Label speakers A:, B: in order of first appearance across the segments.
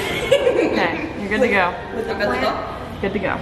A: okay, you're good to go.
B: With the plant.
A: Good to go.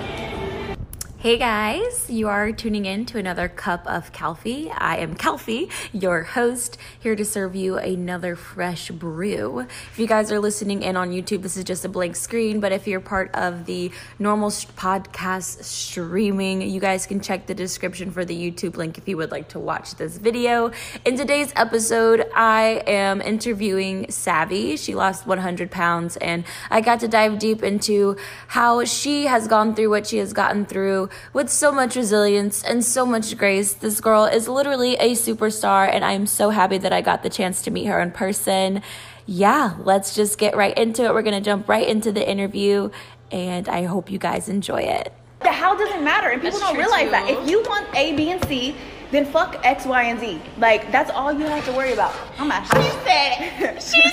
C: Hey guys, you are tuning in to another cup of Calfee. I am Calfee, your host, here to serve you another fresh brew. If you guys are listening in on YouTube, this is just a blank screen, but if you're part of the normal s- podcast streaming, you guys can check the description for the YouTube link if you would like to watch this video. In today's episode, I am interviewing Savvy. She lost 100 pounds, and I got to dive deep into how she has gone through what she has gotten through with so much resilience and so much grace. This girl is literally a superstar, and I'm so happy that I got the chance to meet her in person. Yeah, let's just get right into it. We're going to jump right into the interview, and I hope you guys enjoy it.
B: The how doesn't matter, and people
D: That's
B: don't
D: true,
B: realize
D: too.
B: that. If you want A, B, and C, then fuck X, Y, and Z. Like that's all you have to worry about. I'm at
D: She said she's,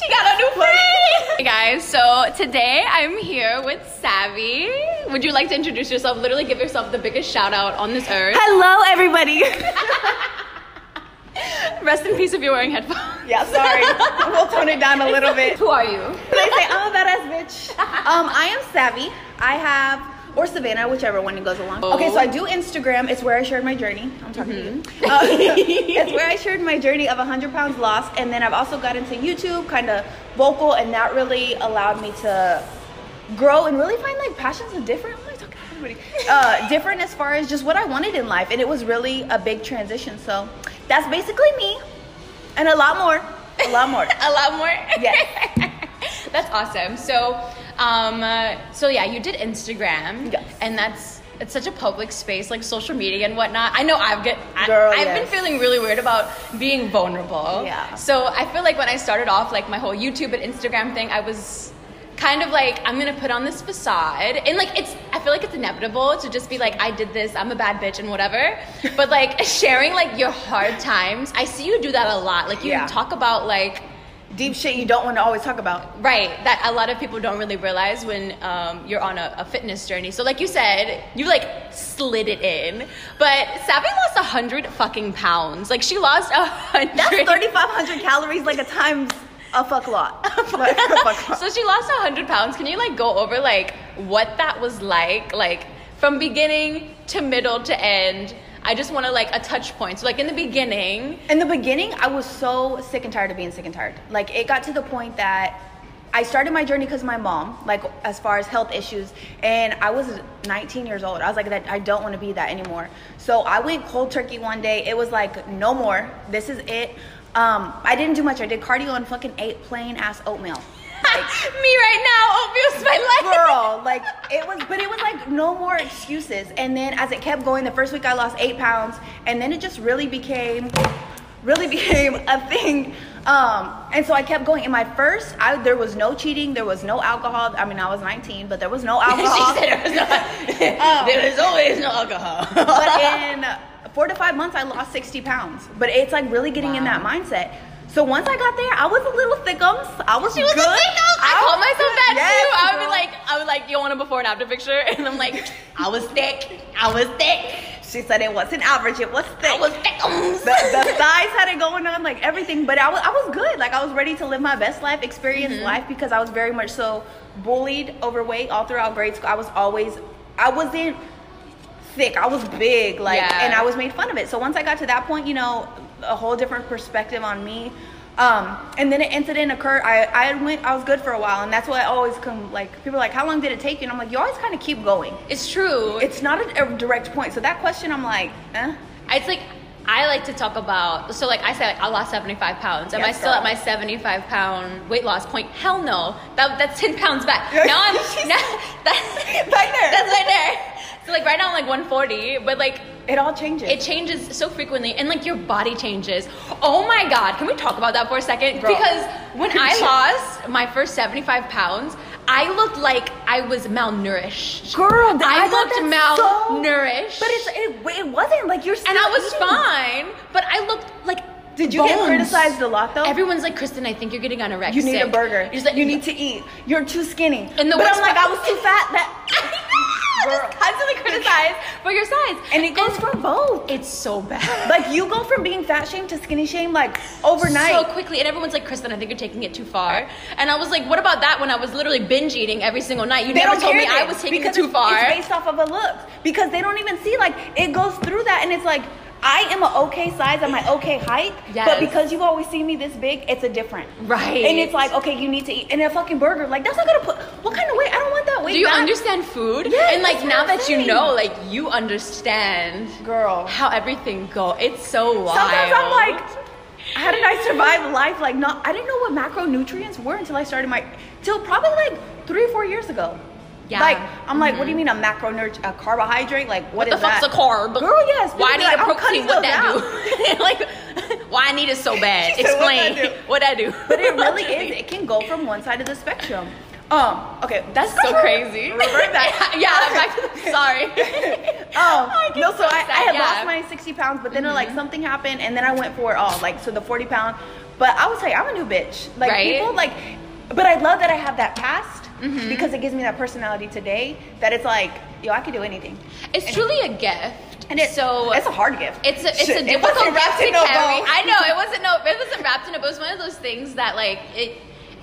D: she got a new friend. Hey guys, so today I'm here with Savvy. Would you like to introduce yourself? Literally give yourself the biggest shout out on this earth.
B: Hello, everybody.
D: Rest in peace if you're wearing headphones.
B: yeah, sorry. we'll tone it down a little bit.
D: Who are you?
B: they say I'm a badass bitch. Um, I am savvy. I have or Savannah, whichever one goes along. Okay, so I do Instagram. It's where I shared my journey. I'm talking to you. Uh, it's where I shared my journey of 100 pounds lost, and then I've also got into YouTube, kind of vocal, and that really allowed me to grow and really find like passions and different. I'm like talking to everybody. Uh, different as far as just what I wanted in life, and it was really a big transition. So that's basically me, and a lot more, a lot more.
D: A lot more.
B: Yes.
D: that's awesome. So, um, uh, so yeah, you did Instagram.
B: Yes.
D: And that's it's such a public space, like social media and whatnot. I know I've get I,
B: Girl,
D: I've
B: yes.
D: been feeling really weird about being vulnerable.
B: Yeah.
D: So I feel like when I started off, like my whole YouTube and Instagram thing, I was kind of like I'm gonna put on this facade, and like it's I feel like it's inevitable to just be like I did this, I'm a bad bitch and whatever. But like sharing like your hard times, I see you do that a lot. Like you
B: Yeah.
D: talk about like
B: Deep shit you don't want to always talk about.
D: Right, that a lot of people don't really realize when um, you're on a, a fitness journey. So, like you said, you like slid it in, but Savvy lost a hundred fucking pounds. Like she lost a
B: That's
D: hundred.
B: 3,500 calories, like a times a fuck lot. Like, a fuck lot.
D: so she lost a hundred pounds. Can you like go over like what that was like, like from beginning to middle to end? I just want to like a touch point. So, like in the beginning,
B: In the beginning, I was so sick and tired of being sick and tired. Like, it got to the point that I started my journey because of my mom, like, as far as health issues. And I was 19 years old. I was like, that I don't want to be that anymore. So I went cold turkey one day. It was like, no more. This is it. Um, I didn't do much. I did cardio and fucking ate plain ass oatmeal.
D: me right now, oatmeal's my life.
B: girl like it was but it was like no more excuses and then as it kept going the first week i lost eight pounds and then it just really became really became a thing um, and so i kept going in my first i there was no cheating there was no alcohol i mean i was 19 but there was no alcohol
D: she said it was not. there is always no alcohol.
B: but in four to five months, I lost 60 pounds. But it's like really getting in that mindset. So once I got there, I was a little thickums. I was
D: She was
B: good.
D: a thickums. I,
B: was
D: call myself
B: good.
D: that
B: Yes,
D: too. I would be
B: girl.
D: like, I would like, you want a before and after picture? And I'm like, I was thick. I was thick.
B: she said it wasn't average, it was thick.
D: I was thickums.
B: the, the thighs had it going on, like everything. But I was, I was good. Like I was ready to live my best life, experience
D: Mm-hmm.
B: life because I was very much so bullied, overweight all throughout grade school. I was always, I wasn't thick. I was big, like,
D: Yeah.
B: and I was made fun of it. So once I got to that point, you know, a whole different perspective on me. Um, and then an incident occurred. I, I went, I was good for a while, and that's why I always come. Like people are like, how long did it take you? And I'm like, you always kind of keep going.
D: it's true. It's,
B: It's not a, a direct point. So that question, I'm like, eh.
D: like, I like to talk about. So like I said, I lost 75 pounds. Am
B: Yes,
D: I still at
B: girl.
D: my 75 pound weight loss point? Hell no. That that's 10 pounds back. Now I'm now, that's
B: Back there.
D: That's right there. So like right now I'm like 140, but like
B: It all changes.
D: It changes so frequently, and like your body changes. Oh my god, can we talk about that for a second?
B: Girl.
D: Because when I lost my first 75 pounds, I looked like I was malnourished.
B: Girl, that,
D: I,
B: I thought
D: looked
B: that's so-
D: malnourished.
B: But it's it, it wasn't like you're. Still
D: and I was
B: eating.
D: fine, but I looked like.
B: Did you get
D: bones.
B: criticized a lot, though?
D: Everyone's like, Kristen, I think you're getting anorexic.
B: You need a burger.
D: You're just like,
B: you need to eat. You're too skinny.
D: And the
B: but
D: worst
B: I'm like, I
D: part-
B: was too fat. That
D: just constantly criticized for your size.
B: And it goes for both.
D: It's so bad.
B: Like you go from being fat shamed to skinny shamed like overnight.
D: So quickly, and everyone's like, Kristen, I think you're taking it too far. And I was like, what about that when I was literally binge eating every single night? You
B: they don't
D: never told
B: care
D: me I
B: then,
D: was taking it
B: because
D: too
B: it's-
D: far.
B: It's based off of a look because they don't even see like it goes through that, and it's like I am an okay size, I'm an okay height,
D: Yes.
B: but because you've always seen me this big, it's a different.
D: Right.
B: And it's like okay, you need to eat and a fucking burger. Like that's not gonna put what kind of weight? I don't want that weight.
D: Do you
B: back.
D: understand food?
B: Yes,
D: and like
B: that's
D: now
B: what I'm
D: that you
B: saying.
D: know, like you understand
B: girl?
D: how everything go. It's so wild.
B: Sometimes I'm like, how did I survive life? Like, not I didn't know what macronutrients were until I started my till probably like three or four years ago.
D: Yeah. Mm-hmm.
B: Like, I'm like, what do you mean a macronut a carbohydrate? Like,
D: what the fuck's
B: that?
D: a carb?
B: Girl, yes.
D: Why I
B: People be
D: need
B: like,
D: a
B: "I'm
D: protein?
B: cutting those
D: What that do? like, why I need it so bad?
B: She said, "What that
D: Explain what I do.
B: But it really is. It can go from one side of the spectrum. Um. Okay, that's
D: so crazy.
B: Revert back.
D: yeah, back to the, sorry.
B: Oh no! So,
D: so
B: I, I
D: sad,
B: had
D: yeah.
B: lost my 60 pounds, but then uh,
D: Mm-hmm.
B: like something happened, and then I went for it all, like so the 40 pound. But I was like, I'm a new bitch. Like
D: Right? Mm-hmm.
B: people like, but I love that I have that past because it gives me that personality today. That it's like, yo, I could do anything,
D: It's truly a gift.
B: and it's
D: so
B: it's a hard gift.
D: It's a it's
B: Shit,
D: a
B: it
D: difficult
B: wasn't wrapped in
D: gift to
B: a
D: carry.
B: bow.
D: I know it wasn't no it wasn't wrapped in a bow. It's one of those things that like it.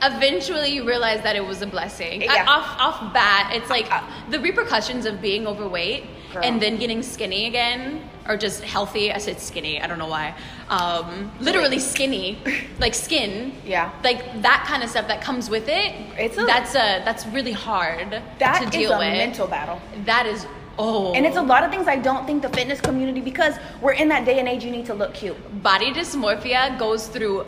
D: Eventually, you realize that it was a blessing.
B: Yeah. Uh,
D: Uh, off off bat, it's like the repercussions of being overweight
B: Girl.
D: and then getting skinny again, or just healthy. I said skinny. I don't know why. Um, literally skinny, like skin.
B: Yeah.
D: Like that kind of stuff that comes with it.
B: It's a-
D: that's a that's really hard
B: That
D: to
B: is
D: deal
B: a
D: with.
B: mental battle.
D: That is oh.
B: And it's a lot of things I don't think the fitness community, because we're in that day and age, you need to look cute.
D: body dysmorphia goes through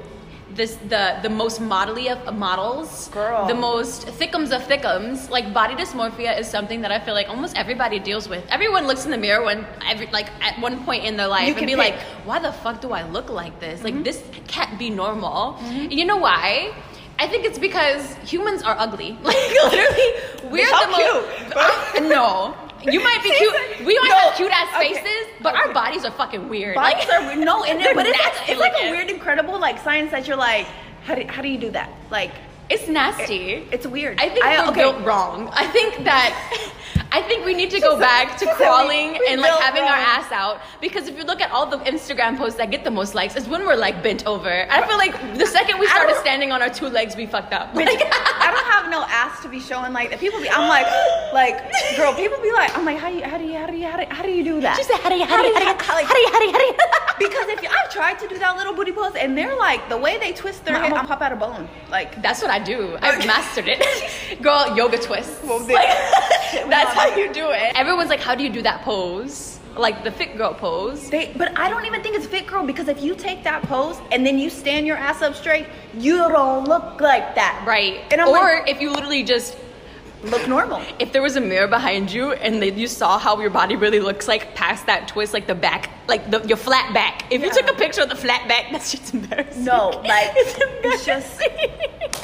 D: this the the most modelly of models
B: Girl.
D: the most thickums of thickums like body dysmorphia is something that i feel like almost everybody deals with everyone looks in the mirror when every like at one point in their life
B: You
D: and
B: can
D: be
B: pick. Mm-hmm.
D: like why the fuck do i look like this like this can't be normal you know why I think it's because humans are ugly. Like literally, we're
B: Y'all
D: the most.
B: cute, but-
D: no, you might be
B: She
D: cute.
B: said-
D: We might
B: No,
D: have cute ass
B: okay,
D: faces, but our bodies are fucking weird.
B: Bodies
D: like,
B: are weird. No, and it,
D: they're
B: but it's like,
D: nasty
B: it's like
D: looking.
B: a weird, incredible like science that you're like, how do, how do you do that? Like,
D: It's nasty.
B: it's weird.
D: I think we're built wrong. I think that I think we need to go back to
B: she said we-
D: crawling
B: we
D: and like
B: built
D: having our
B: wrong.
D: ass out because if you look at all the Instagram posts that get the most likes, it's when we're like bent over. And I feel like the second we
B: I
D: started
B: don't-
D: standing on our two legs, we fucked up.
B: Bitch,
D: Like,
B: I don't have no ass to be showing like that. People be, I'm like, like, girl. People be like, I'm like, how do you, how do you, how do you, how do you, how do you do that?
C: She said, "How do you, how do you, how do you,
B: how do you,
C: how do you, how do you, how do you?"
B: Because if you, I've tried to do that little booty pose, and they're like, the way they twist their head, I'm pop out a bone. Like,
D: that's what I do. I've mastered it. Girl, yoga twists.
B: Well, they-
D: Like,
B: Shit, we
D: that's
B: not
D: how you do it. Everyone's like, how do you do that pose? Like the fit girl pose.
B: They, but I don't even think it's fit girl because if you take that pose and then you stand your ass up straight, you don't look like that.
D: Right.
B: And I'm
D: or
B: like,
D: if you literally just
B: look normal.
D: if there was a mirror behind you and then you saw how your body really looks like past that twist, like the back, like the, your flat back. If you
B: Yeah.
D: took a picture of the flat back, that's just embarrassing.
B: No, like
D: it's
B: it's just.
D: embarrassing.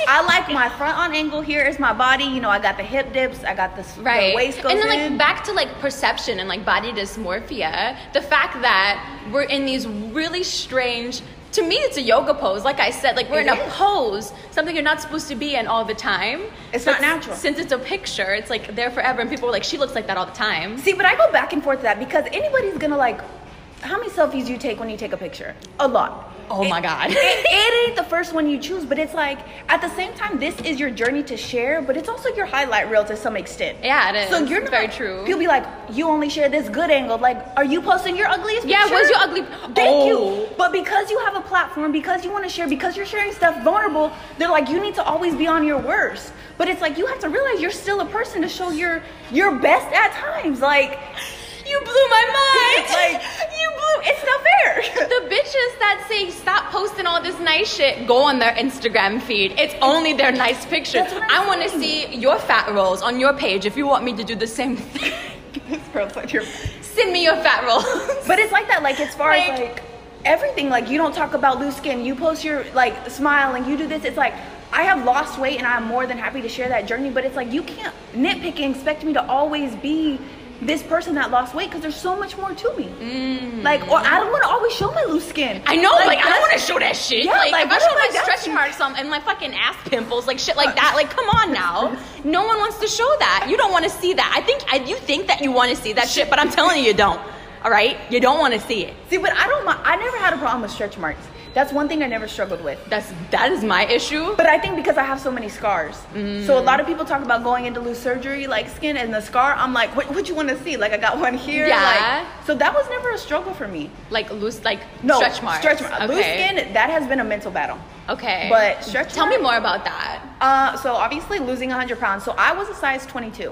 B: I like my front on angle. Here is my body. You know, I got the hip dips. I got this right.
D: right.
B: the waist goes
D: and then like
B: in.
D: back to like perception and like body dysmorphia, the fact that we're in these really strange. To me, it's a yoga pose. Like I said, like we're in
B: It
D: a
B: is.
D: pose, something you're not supposed to be in all the time.
B: It's
D: But
B: not natural.
D: Since it's a picture, it's like there forever, and people are like, "She looks like that all the time."
B: See, but I go back and forth to that because anybody's gonna like. How many selfies do you take when you take a picture? A lot.
D: Oh my god.
B: It, it ain't the first one you choose, but it's like at the same time, this is your journey to share, but it's also your highlight reel to some extent.
D: Yeah, it is.
B: So you're
D: It's
B: not
D: very true.
B: You'll be like, you only share this good angle. Like, are you posting your ugliest?
D: Yeah,
B: picture?
D: where's your ugly-
B: Thank
D: Oh.
B: you. But because you have a platform, because you want to share, because you're sharing stuff vulnerable, they're like, you need to always be on your worst. But it's like you have to realize you're still a person to show your your best at times. Like,
D: You blew my mind.
B: like you blew. It's not fair.
D: the bitches that say stop posting all this nice shit go on their Instagram feed. It's only their nice pictures.
B: That's what
D: I
B: I'm
D: want to see your fat rolls on your page if you want me to do the same thing.
B: this girl's like your.
D: Send me your fat rolls.
B: But it's like that, like as far
D: Like-
B: as like everything, like you don't talk about loose skin, you post your like smile and you do this. It's like I have lost weight and I'm more than happy to share that journey, but it's like you can't nitpick and expect me to always be this person that lost weight because there's so much more to me. Like, or I don't want to always show my loose skin.
D: Mm. I know, like, I don't
B: that's-
D: want to show that shit.
B: Yeah,
D: like,
B: like,
D: if I
B: what
D: show
B: am I
D: my stretch
B: doing?
D: marks on, and my fucking ass pimples, like shit like that, like come on now. No one wants to show that. You don't want to see that. I think I, you think that you want to see that shit, but I'm telling you, you don't. All right, you don't want to see it.
B: See, but I don't. mi- I never had a problem with stretch marks. That's one thing I never struggled with.
D: That's that is my issue.
B: But I think because I have so many scars, so a lot of people talk about going into loose surgery, like skin and the scar. I'm like, what? What you want to see? Like, I got one here.
D: Yeah.
B: Like, so that was never a struggle for me.
D: Like loose, like
B: No
D: stretch marks.
B: Stretch marks.
D: Okay.
B: Loose skin. That has been a mental battle.
D: Okay.
B: But stretch
D: Tell me
B: marks-
D: more about that.
B: Uh, so obviously losing 100 pounds. So I was a size 22.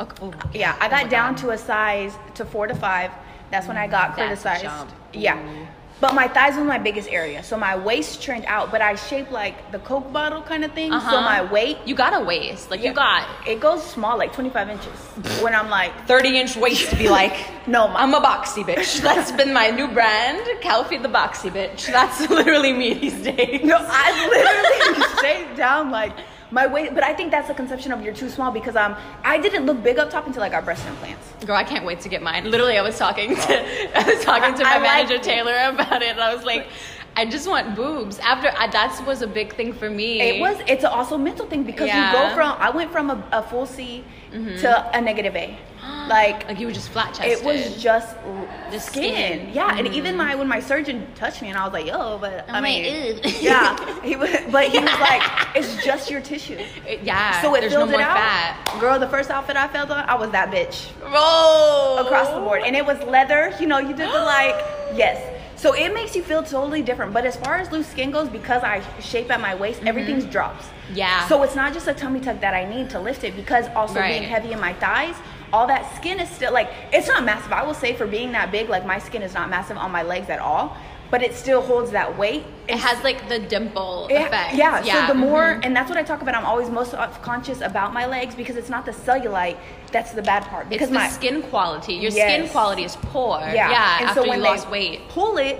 D: Okay. oh,
B: Yeah, I got down to a size to four to five. That's when I got
D: That's a
B: criticized.
D: jump.
B: Yeah. But my thighs was my biggest area. So my waist turned out, but I shaped like the Coke bottle kind of thing. So
D: Uh-huh.
B: my weight,
D: You got a waist. Like
B: Yeah.
D: you got
B: it goes small, like 25 inches. when I'm like,
D: 30 inch waist to be like,
B: No, ma.
D: I'm a boxy bitch. That's been my new brand, Calfee the Boxy Bitch. That's literally me these days.
B: no, I literally shaped down like my weight. But I think that's a conception of you're too small because um, I didn't look big up top until I got breast implants.
D: Girl, I can't wait to get mine. Literally, I was talking to I was talking to my
B: I- I like
D: manager Taylor about it, and I was like, I just want boobs. After I, that was a big thing for me.
B: It was. It's a also mental thing because you
D: Yeah. Mm-hmm.
B: go from. I went from a, a full C to a negative A. Like
D: like you were just flat chested.
B: it was just l-
D: The
B: skin.
D: skin. Mm-hmm.
B: Yeah, and even my when my surgeon touched me and I was like, yo, but i
D: I'm like,
B: mean,
D: "Ew."
B: yeah, he was, but he was like, it's just your tissue.
D: yeah.
B: So it
D: there's no
B: filled
D: more
B: it out.
D: fat.
B: Girl, the first outfit I felt on, I was that bitch
D: Roll
B: across the board, and it was leather. You know, you did the like, yes. So it makes you feel totally different. But as far as loose skin goes, because I shape at my waist, everything's drops.
D: Yeah.
B: So it's not just a tummy tuck that I need to lift it because also being
D: Right.
B: heavy in my thighs, all that skin is still like it's not massive. I will say for being that big, like my skin is not massive on my legs at all, but it still holds that weight.
D: It has like the dimple
B: It-
D: effect.
B: yeah, So the more,
D: mhm.
B: and that's what I talk about. I'm always most conscious about my legs because it's not the cellulite that's the bad part. Because
D: it's the
B: my
D: skin quality. Your skin
B: Yes.
D: quality is poor.
B: Yeah. And
D: after
B: so when
D: you
B: they
D: lost weight.
B: pull it,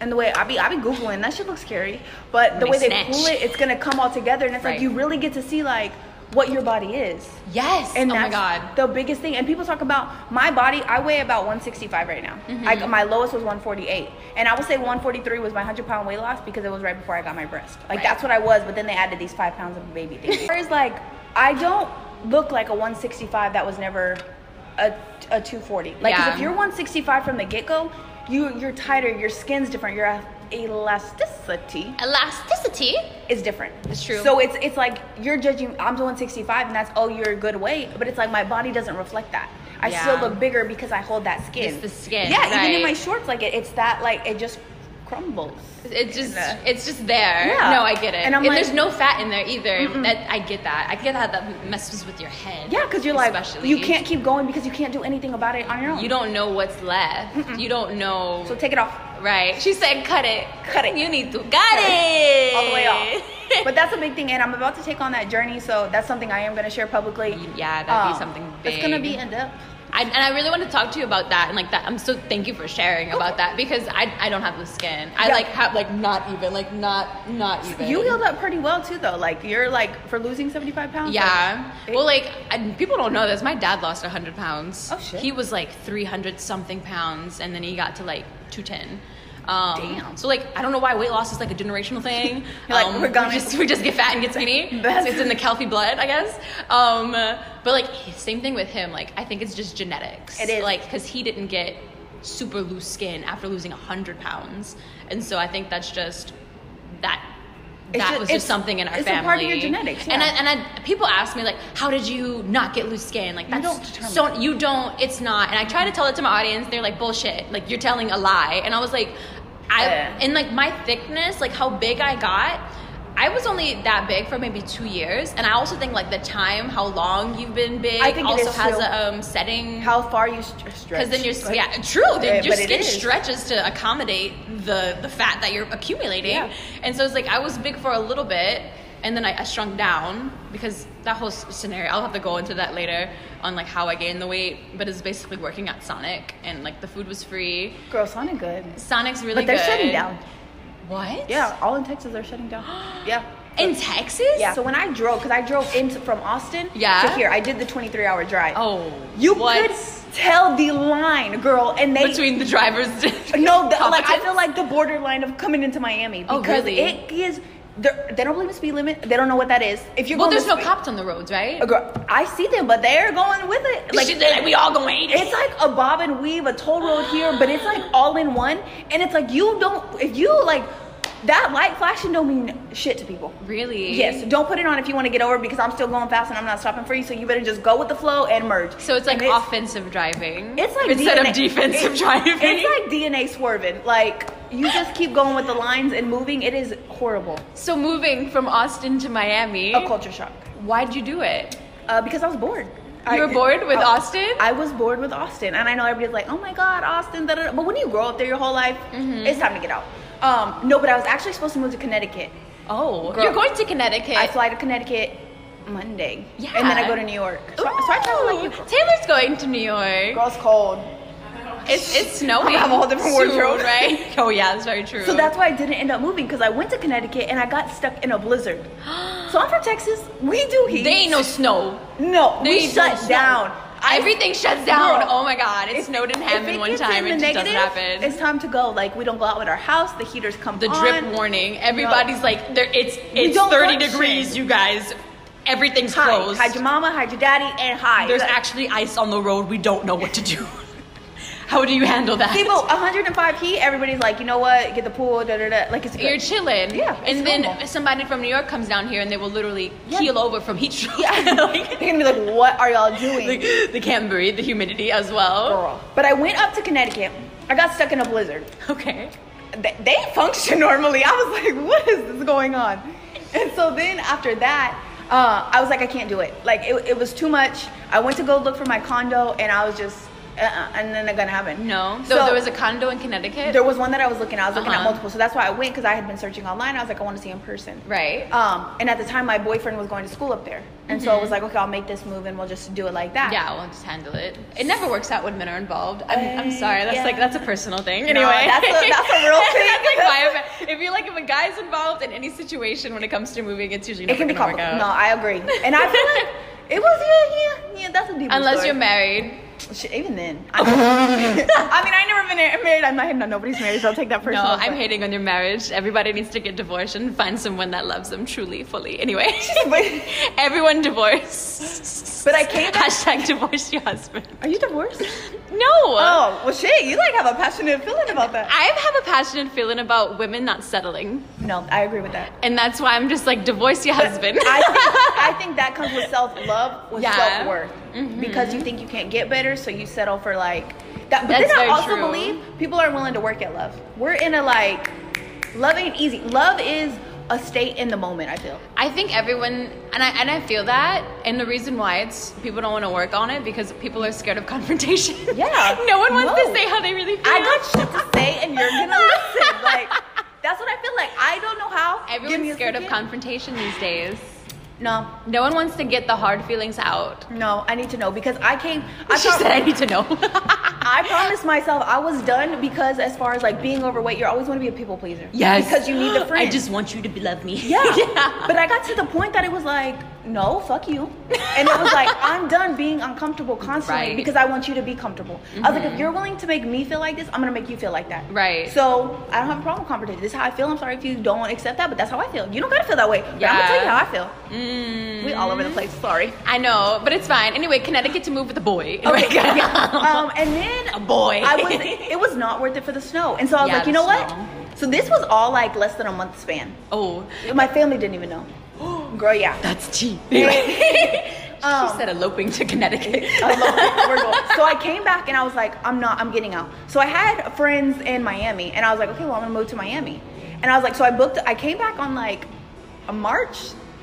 B: and the way I be, I be googling that shit looks scary. But the
D: They
B: way they
D: snatch.
B: pull it, it's gonna come all together, and it's
D: Right.
B: like you really get to see like what your body is.
D: Yes.
B: And
D: oh my
B: that's
D: god.
B: the biggest thing. And people talk about my body. I weigh about 165 right now.
D: Mm-hmm.
B: I, my lowest was 148, and I will say 143 was my 100 pound weight loss because it was right before I got my breast. Like
D: Right.
B: that's what I was. But then they added these five pounds of baby thing. As far as like, I don't look like a 165 that was never a, a 240. Like 'cause
D: Yeah.
B: if you're 165 from the get go, you you're tighter. Your skin's different. Your elasticity
D: Elasticity.
B: is different.
D: That's true.
B: So it's it's like you're judging. I'm doing 65, and that's oh you're a good weight, but it's like my body doesn't reflect that. I
D: Yeah.
B: still look bigger because I hold that skin.
D: It's the skin,
B: Yeah, even
D: right.
B: in my shorts, like it, it's that like it just crumbles.
D: It just
B: Yeah.
D: it's just there.
B: Yeah.
D: No, I get it. And,
B: And I'm like-
D: there's no fat in there either. That I get that. I get how that messes with your head.
B: Yeah, because you're like
D: especially.
B: you can't keep going because you can't do anything about it on your own.
D: You don't know what's left. You don't know.
B: So take it off.
D: right. She said, "Cut it.
B: Cut it.
D: You need to cut it
B: all the way off. but that's a big thing, and I'm about to take on that journey, so that's something I am going to share publicly. Um,
D: Yeah, that'd be something
B: It's going to
D: big.
B: be in depth.
D: I, and I really want to talk to you about that and like that. I'm so thank you for sharing about that because I, I don't have the skin. I
B: Yeah.
D: like have like not even like not not even.
B: You healed up pretty well too, though. Like you're like for losing 75 pounds. like,
D: Yeah.
B: it-
D: well, like I, people don't know this. My dad lost 100 pounds.
B: Oh, shit.
D: He was like 300 something pounds, and then he got to like 210. Um,
B: Damn.
D: So like I don't know why weight loss is like a generational thing. Um,
B: You're like, we're gonna-
D: we just we just get fat and get skinny.
B: That's-
D: it's in the Kelpie blood, I guess. Um, but like same thing with him. Like I think it's just genetics.
B: It is.
D: Like because he didn't get super loose skin after losing 100 pounds, and so I think that's just that.
B: It's
D: that
B: ju-
D: was
B: it's-
D: just something in our
B: it's a
D: family.
B: part of your genetics,
D: And
B: yeah.
D: I, and I, people ask me like, how did you not get loose skin? Like
B: You
D: that's
B: don't determine
D: so you don't. It's not. And I try to tell it to my audience. They're like bullshit. Like you're telling a lie. And I was like, I
B: Yeah.
D: and like my thickness, like how big I got. I was only that big for maybe two years, and I also think like the time, how long you've been big,
B: I think it
D: also
B: is
D: has
B: too.
D: a um, setting.
B: how far you st- stretch.
D: Because then your
B: Like,
D: yeah, true. Then
B: Yeah,
D: your
B: but it
D: skin
B: is.
D: stretches to accommodate the the fat that you're accumulating.
B: Yeah.
D: And so it's like I was big for a little bit, and then I, I shrunk down because that whole s- scenario. I'll have to go into that later on like how I gained the weight. But it's basically working at Sonic, and like the food was free.
B: Girl, sounded good.
D: Sonic's really
B: but they're
D: good.
B: shutting down.
D: What?
B: Yeah, all in Texas they're shutting down. yeah.
D: In Texas?
B: Yeah. So when I drove, because I drove into from Austin
D: Yeah.
B: to here, I did the 23 hour drive.
D: Oh.
B: You
D: what?
B: could tell the line, girl. And they
D: between the drivers.
B: no, the, like I
D: competence.
B: feel like the borderline of coming into Miami
D: Oh,
B: because
D: really?
B: it is. they're- They don't believe in speed limit. They don't know what that is. If you're
D: Well,
B: going
D: there's
B: to
D: no
B: speed-
D: cops on the roads, right?
B: Uh, Girl, I see them, but they're going with it.
D: Like,
B: Like
D: they're like we all going.
B: it's like a bob and weave, a toll road here, but it's like all in one. And it's like you don't if you like that light flashing don't mean shit to people.
D: really?
B: Yes, don't put it on if you want to get over because I'm still going fast and I'm not stopping for you. So you better just go with the flow and merge.
D: So it's like
B: And
D: offensive driving.
B: It's like
D: instead
B: DNA
D: of defensive
B: it's-
D: driving.
B: It's like DNA swerving. Like you just keep going with the lines and moving. It is horrible.
D: so moving from Austin to Miami.
B: A culture shock.
D: Why'd you do it?
B: Uh, because I was bored.
D: You were bored with Austin?
B: I was bored with Austin, and I know everybody's like, "Oh my God, Austin!" Da, da, da. But when you grow up there your whole life,
D: Mm-hmm.
B: it's time to get out. Um, no, but I was actually supposed to move to Connecticut.
D: Oh,
B: Girl.
D: you're going to Connecticut.
B: I fly to Connecticut Monday,
D: Yeah.
B: and then I go to New York. So, so I travel like
D: Ooh,
B: you.
D: Taylor's going to New York.
B: Girl's cold.
D: It's it's snowing.
B: have a whole different
D: soon,
B: wardrobe.
D: right? Oh yeah, that's very true.
B: So that's why I didn't end up moving because I went to Connecticut and I got stuck in a blizzard. so I'm from Texas. We do heat.
D: they ain't no snow.
B: No,
D: They
B: we
D: ain't no
B: shut
D: snow.
B: down. I-
D: Everything shuts down.
B: Girl,
D: oh my god, it
B: if-
D: snowed in
B: if
D: Hammond
B: it
D: one
B: gets
D: time.
B: in
D: It
B: the
D: just doesn't
B: negative,
D: happen.
B: It's time to go. Like we don't go out with our house. The heaters come
D: the
B: on.
D: drip warning. Everybody's like, there. It's it's
B: don't
D: thirty
B: function.
D: degrees, you guys. Everything's
B: Hi,
D: closed.
B: hide your mama, hide your daddy, and hide.
D: There's
B: Like,
D: actually ice on the road. We don't know what to do. How do you handle that?
B: people 105 heat. Everybody's like, you know what? Get the pool. Da da da. Like it's good.
D: You're chilling.
B: Yeah, it's
D: And then
B: normal.
D: somebody from New York comes down here and they will literally
B: Yeah.
D: keel over from heat stroke.
B: yeah.
D: like,
B: They're gonna be like, what are y'all doing?
D: they, they can't breathe the humidity as well.
B: Girl. But I went up to Connecticut. I got stuck in a blizzard.
D: Okay.
B: Th- They function normally. I was like, what is this going on? And so then after that, uh, I was like, I can't do it. Like it, it was too much. I went to go look for my condo, and I was just, uh-uh, and then it gonna happen.
D: No. So,
B: So
D: there was a condo in Connecticut.
B: there was one that I was looking. at. I was looking
D: Uh-huh.
B: at multiple, so that's why I went because I had been searching online. I was like, I want to see in person.
D: right.
B: Um, and at the time, my boyfriend was going to school up there, and so I was like, okay, I'll make this move, and we'll just do it like that.
D: Mm-hmm. yeah, we'll just handle it. It never works out when men are involved. I'm, I'm sorry. That's
B: yeah.
D: like that's a personal thing.
B: No,
D: Anyway,
B: that's a- that's a real thing.
D: That's, like why if, if you're like if a guy's involved in any situation when it comes to moving, it's usually
B: it
D: never
B: can be
D: gonna work
B: complicated. No,
D: out.
B: I agree, and I feel like it was yeah, yeah, yeah. That's a deep.
D: Unless
B: story.
D: you're married.
B: Shit, even then, I, I mean, I never been mar- married. I'm not hitting on nobody's marriage. So I'll take that
D: No,
B: personal.
D: I'm
B: but-
D: hating on your marriage. Everybody needs to get divorced and find someone that loves them truly, fully. Anyway,
B: but,
D: everyone divorce.
B: but I came back.
D: Hashtag divorce your husband.
B: Are you divorced?
D: Uh, No.
B: Oh well, shit. You like have a passionate feeling about that.
D: I have a passionate feeling about women not settling,
B: No, I agree with that.
D: and that's why I'm just like divorce your husband.
B: I think, I think that comes with self love, with
D: Yeah. Mm-hmm.
B: self worth, because you think you can't get better, so you settle for like that. But
D: That's
B: then I
D: very
B: also
D: true.
B: believe people are willing to work at love. We're in a like love ain't easy. Love is a state in the moment. I feel.
D: I think everyone, and I and I feel that, and the reason why it's people don't want to work on it because people are scared of confrontation.
B: Yeah.
D: no one wants
B: No.
D: to say how they really feel.
B: I got shit to say, and you're gonna listen. Like that's what I feel like. I don't know how. Give me
D: Everyone's
B: a
D: scared of
B: second.
D: confrontation these days.
B: No,
D: No one wants to get the hard feelings out.
B: no, I need to know because I came. I
D: she
B: pro-
D: said, "I need to know."
B: I promised myself I was done because as far as like being overweight, you're always going to be a people pleaser. Because you need the friend.
D: I just want you to be- love me.
B: yeah. But I got to the point that it was like, no, fuck you. And it was like, I'm done being uncomfortable constantly
D: Right. Mm-hmm.
B: because I want you to be comfortable. I was like, if you're willing to make me feel like this, I'm gonna make you feel like that.
D: Right.
B: So I don't have a problem with confrontation. This is how I feel. I'm sorry if you don't accept that, but that's how I feel. You don't gotta feel that way. But I'm gonna
D: Yeah. Mm-hmm.
B: tell you how I feel. We all over the place. Sorry.
D: I know, but it's fine. Anyway, Connecticut to move with a boy.
B: Okay, yeah. Um, and then
D: A boy.
B: I was. It was not worth it for the snow, and so I was
D: Yeah,
B: like, you
D: the
B: know what?
D: snow.
B: So this was all like less than a month span.
D: oh,
B: My family didn't even know. Girl, yeah.
D: that's cheap. she
B: Um, uh,
D: said eloping to Connecticut.
B: I love- we're going. So I came back and I was like, I'm not, I'm getting out. So I had friends in Miami and I was like, okay, well, I'm gonna move to Miami. And I was like, so I booked, I came back on like a March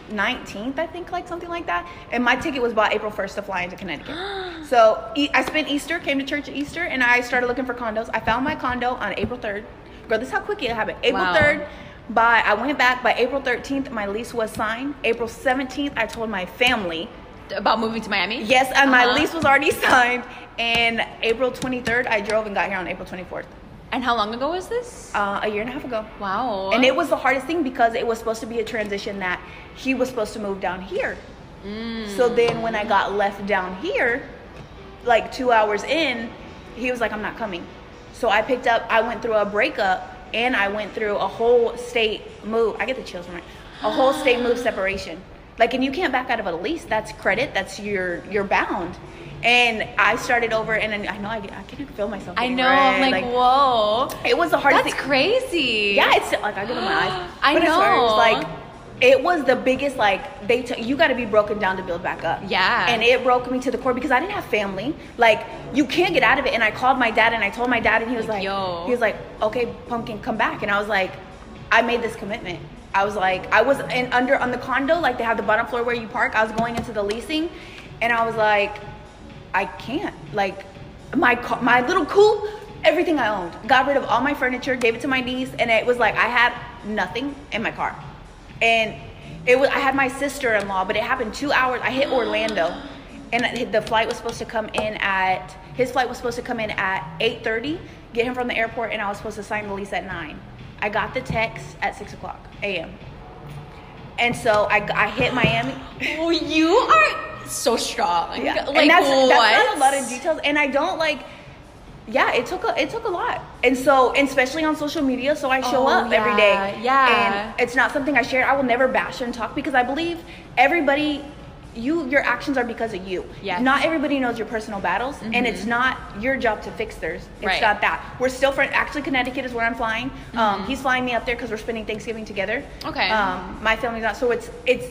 B: 19th, I think, like something like that. And my ticket was bought April 1st to fly into Connecticut. so E- I spent Easter, came to church at Easter, and I started looking for condos. I found my condo on April 3rd. Girl, this is how quick it happened. April
D: Wow.
B: 3rd. By I went back by April 13th, my lease was signed. April 17th, I told my family
D: About moving to Miami.
B: Yes, and my
D: Uh-huh.
B: lease was already signed. And April 23rd, I drove and got here on April 24th,
D: And how long ago was this?
B: uh, a year and a half ago.
D: Wow.
B: And it was the hardest thing because it was supposed to be a transition that
D: Mm.
B: he was supposed to move down here. So then when I got left down here, like two hours in, he was like, I'm not coming. So I picked up, I went through a breakup and I went through a whole state move. I get the chills from it. A whole state move separation. Like, and you can't back out of a lease. That's credit. That's your, you're bound. And I started over, and then I know I, I can't even feel myself.
D: I
B: getting
D: know.
B: red.
D: I'm like, whoa.
B: it was the hardest
D: That's
B: thing.
D: crazy.
B: Yeah, it's like I get in my eyes.
D: I
B: but It's hard.
D: know.
B: It's like it was the biggest like they took you got to be broken down to build back up.
D: Yeah.
B: And it broke me to the core because I didn't have family. Like you can't get out of it. And I called my dad and I told my dad and he was
D: Like,
B: like,
D: yo.
B: he was like, okay, pumpkin, come back. And I was like, I made this commitment. I was like, I was in under on the condo like they have the bottom floor where you park. I was going into the leasing, and I was like, I can't. Like my ca- my little coupe, everything I owned, got rid of all my furniture, gave it to my niece, and it was like I had nothing in my car, and it was I had my sister in law, but it happened two hours. I hit Orlando, and I- the flight was supposed to come in at his flight was supposed to come in at eight thirty, get him from the airport, and I was supposed to sign the lease at nine. I got the text at six o'clock a.m. And so I, I hit Miami.
D: Oh, you are so strong.
B: Yeah,
D: Like
B: and that's,
D: what?
B: that's not a lot of details, and I don't like. Yeah, it took a it took a lot, and so and especially on social media. So I show
D: Oh,
B: up every day.
D: yeah, yeah.
B: and it's not something I share. I will never bash and talk because I believe everybody, you your actions are because of you.
D: Yes. Mm-hmm.
B: not everybody knows your personal battles, and it's not your job to fix theirs. It's
D: Right.
B: not that. We're still friends. Actually, Connecticut is where I'm flying. Um, he's flying me up there because we're spending Thanksgiving together.
D: Mm-hmm. Okay.
B: Um, my family's not. So it's it's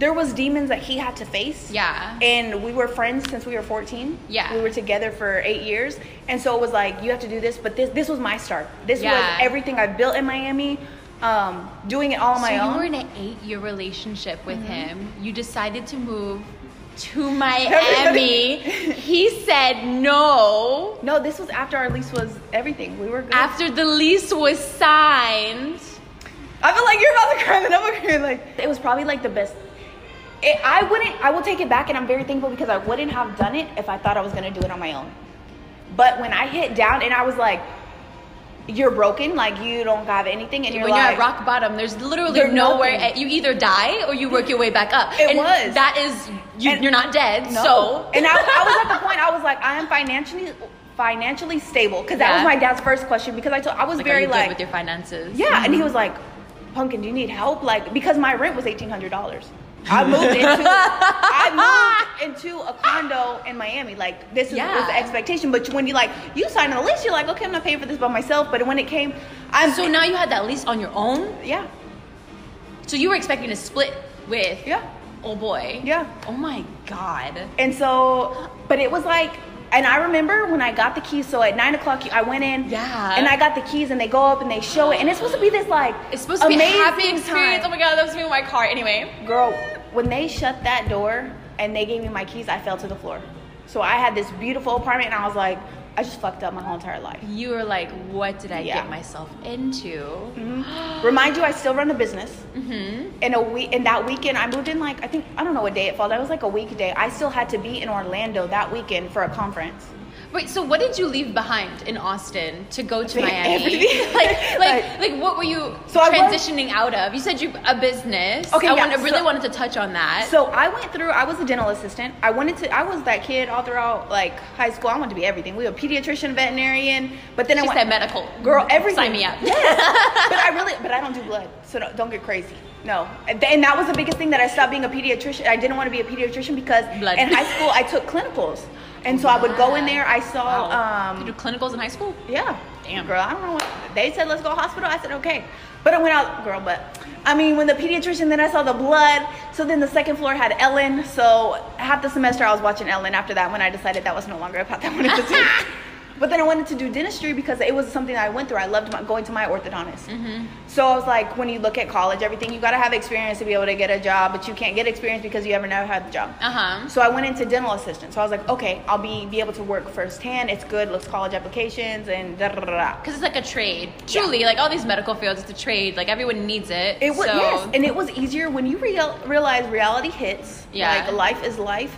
B: there was demons that he had to face.
D: Yeah.
B: And we were friends since we were 14.
D: Yeah.
B: We were together for eight years. And so it was like, you have to do this, but this this was my start. This
D: Yeah.
B: was everything I built in Miami, um, doing it all on
D: So
B: my
D: you
B: own. Mm-hmm.
D: were in an eight-year relationship with him. You decided to move to Miami. he said no
B: no, this was after our lease was everything. We were good.
D: after the lease was signed.
B: I feel like you're about to cry, and I'm over here like it was probably like the best. It, I wouldn't. I will take it back, and I'm very thankful because I wouldn't have done it if I thought I was gonna do it on my own. But when I hit down, and I was like, "You're broken. Like you don't have anything." And you're
D: when
B: like,
D: you're at rock bottom, there's literally
B: There's
D: nowhere.
B: nothing.
D: You either die or you work your way back up.
B: It
D: and
B: was.
D: That is, you,
B: And-
D: you're not dead.
B: No.
D: So
B: and I, I was at the point I was like, I am financially financially stable because that
D: Yeah.
B: was my dad's first question because I told I was
D: like, are
B: very
D: you good
B: like
D: with your Mm-hmm. finances.
B: yeah, and he was like, Pumpkin, do you need help? Like because my rent was eighteen hundred dollars. I moved into I moved into a condo in Miami. Like this is,
D: Yeah.
B: was the expectation. But when you like you sign a lease, you're like, okay, I'm not paying for this by myself. But when it came, I'm
D: So now you had that lease on your own.
B: yeah,
D: So you were expecting to split with.
B: yeah.
D: Oh boy.
B: Yeah.
D: Oh my god.
B: And so, but it was like, and I remember when I got the keys. So at nine o'clock, I went in.
D: Yeah.
B: And I got the keys, and they go up and they show it, and it's supposed to be this like
D: It's supposed to be a
B: amazing
D: happy experience. Oh
B: time.
D: my god, that was me in my car. Anyway.
B: Girl, when they shut that door and they gave me my keys, I fell to the floor. So I had this beautiful apartment, and I was like, I just fucked up my whole entire life.
D: You were like, what did I
B: Yeah.
D: get myself into? Mm-hmm.
B: Remind you, I still run a business. And a week, and that weekend, I moved in like I think I don't know what day it fell. That was like a weekday. I still had to be in Orlando that weekend for a conference.
D: Wait, so what did you leave behind in Austin to go to
B: think
D: Miami?
B: everything.
D: like, like,
B: Like-
D: like, what were you
B: So I worked-
D: transitioning out of? You said you a business.
B: Okay,
D: I
B: yeah,
D: wanted- really
B: so-
D: wanted to touch on that.
B: So I went through. I was a dental assistant. I wanted to. I was that kid all throughout like high school. I wanted to be everything. We were a pediatrician, veterinarian. But then
D: she
B: I went
D: said medical.
B: girl everything.
D: Sign me up.
B: Yes. but I really. But I don't do blood, so don't, don't get crazy. No. And, th- and that was the biggest thing that I stopped being a pediatrician. I didn't want to be a pediatrician because
D: Blood.
B: in high school I took clinicals, and so I would go in there. I saw.
D: Wow.
B: Um,
D: you do clinicals in high school.
B: yeah.
D: Damn.
B: Girl, I don't know what they said let's go to hospital. I said okay. But I went out girl, but I mean when the pediatrician then I saw the blood. So then the second floor had Ellen. So half the semester I was watching Ellen after that when I decided that was no longer a path I wanted to do. But then I wanted to do dentistry because it was something I went through. I loved my, going to my orthodontist. So I was like, when you look at college, everything, you got to have experience to be able to get a job, but you can't get experience because you haven't never had the job.
D: Uh huh.
B: So I went into dental assistant. So I was like, okay, I'll be be able to work firsthand. It's good. Let's college applications and da da da. da.
D: Because it's like a trade. Truly, like all these medical fields, it's a trade. Like everyone needs it.
B: It was
D: so.
B: yes, and it was easier when you real, realize reality hits.
D: Yeah.
B: like life is life.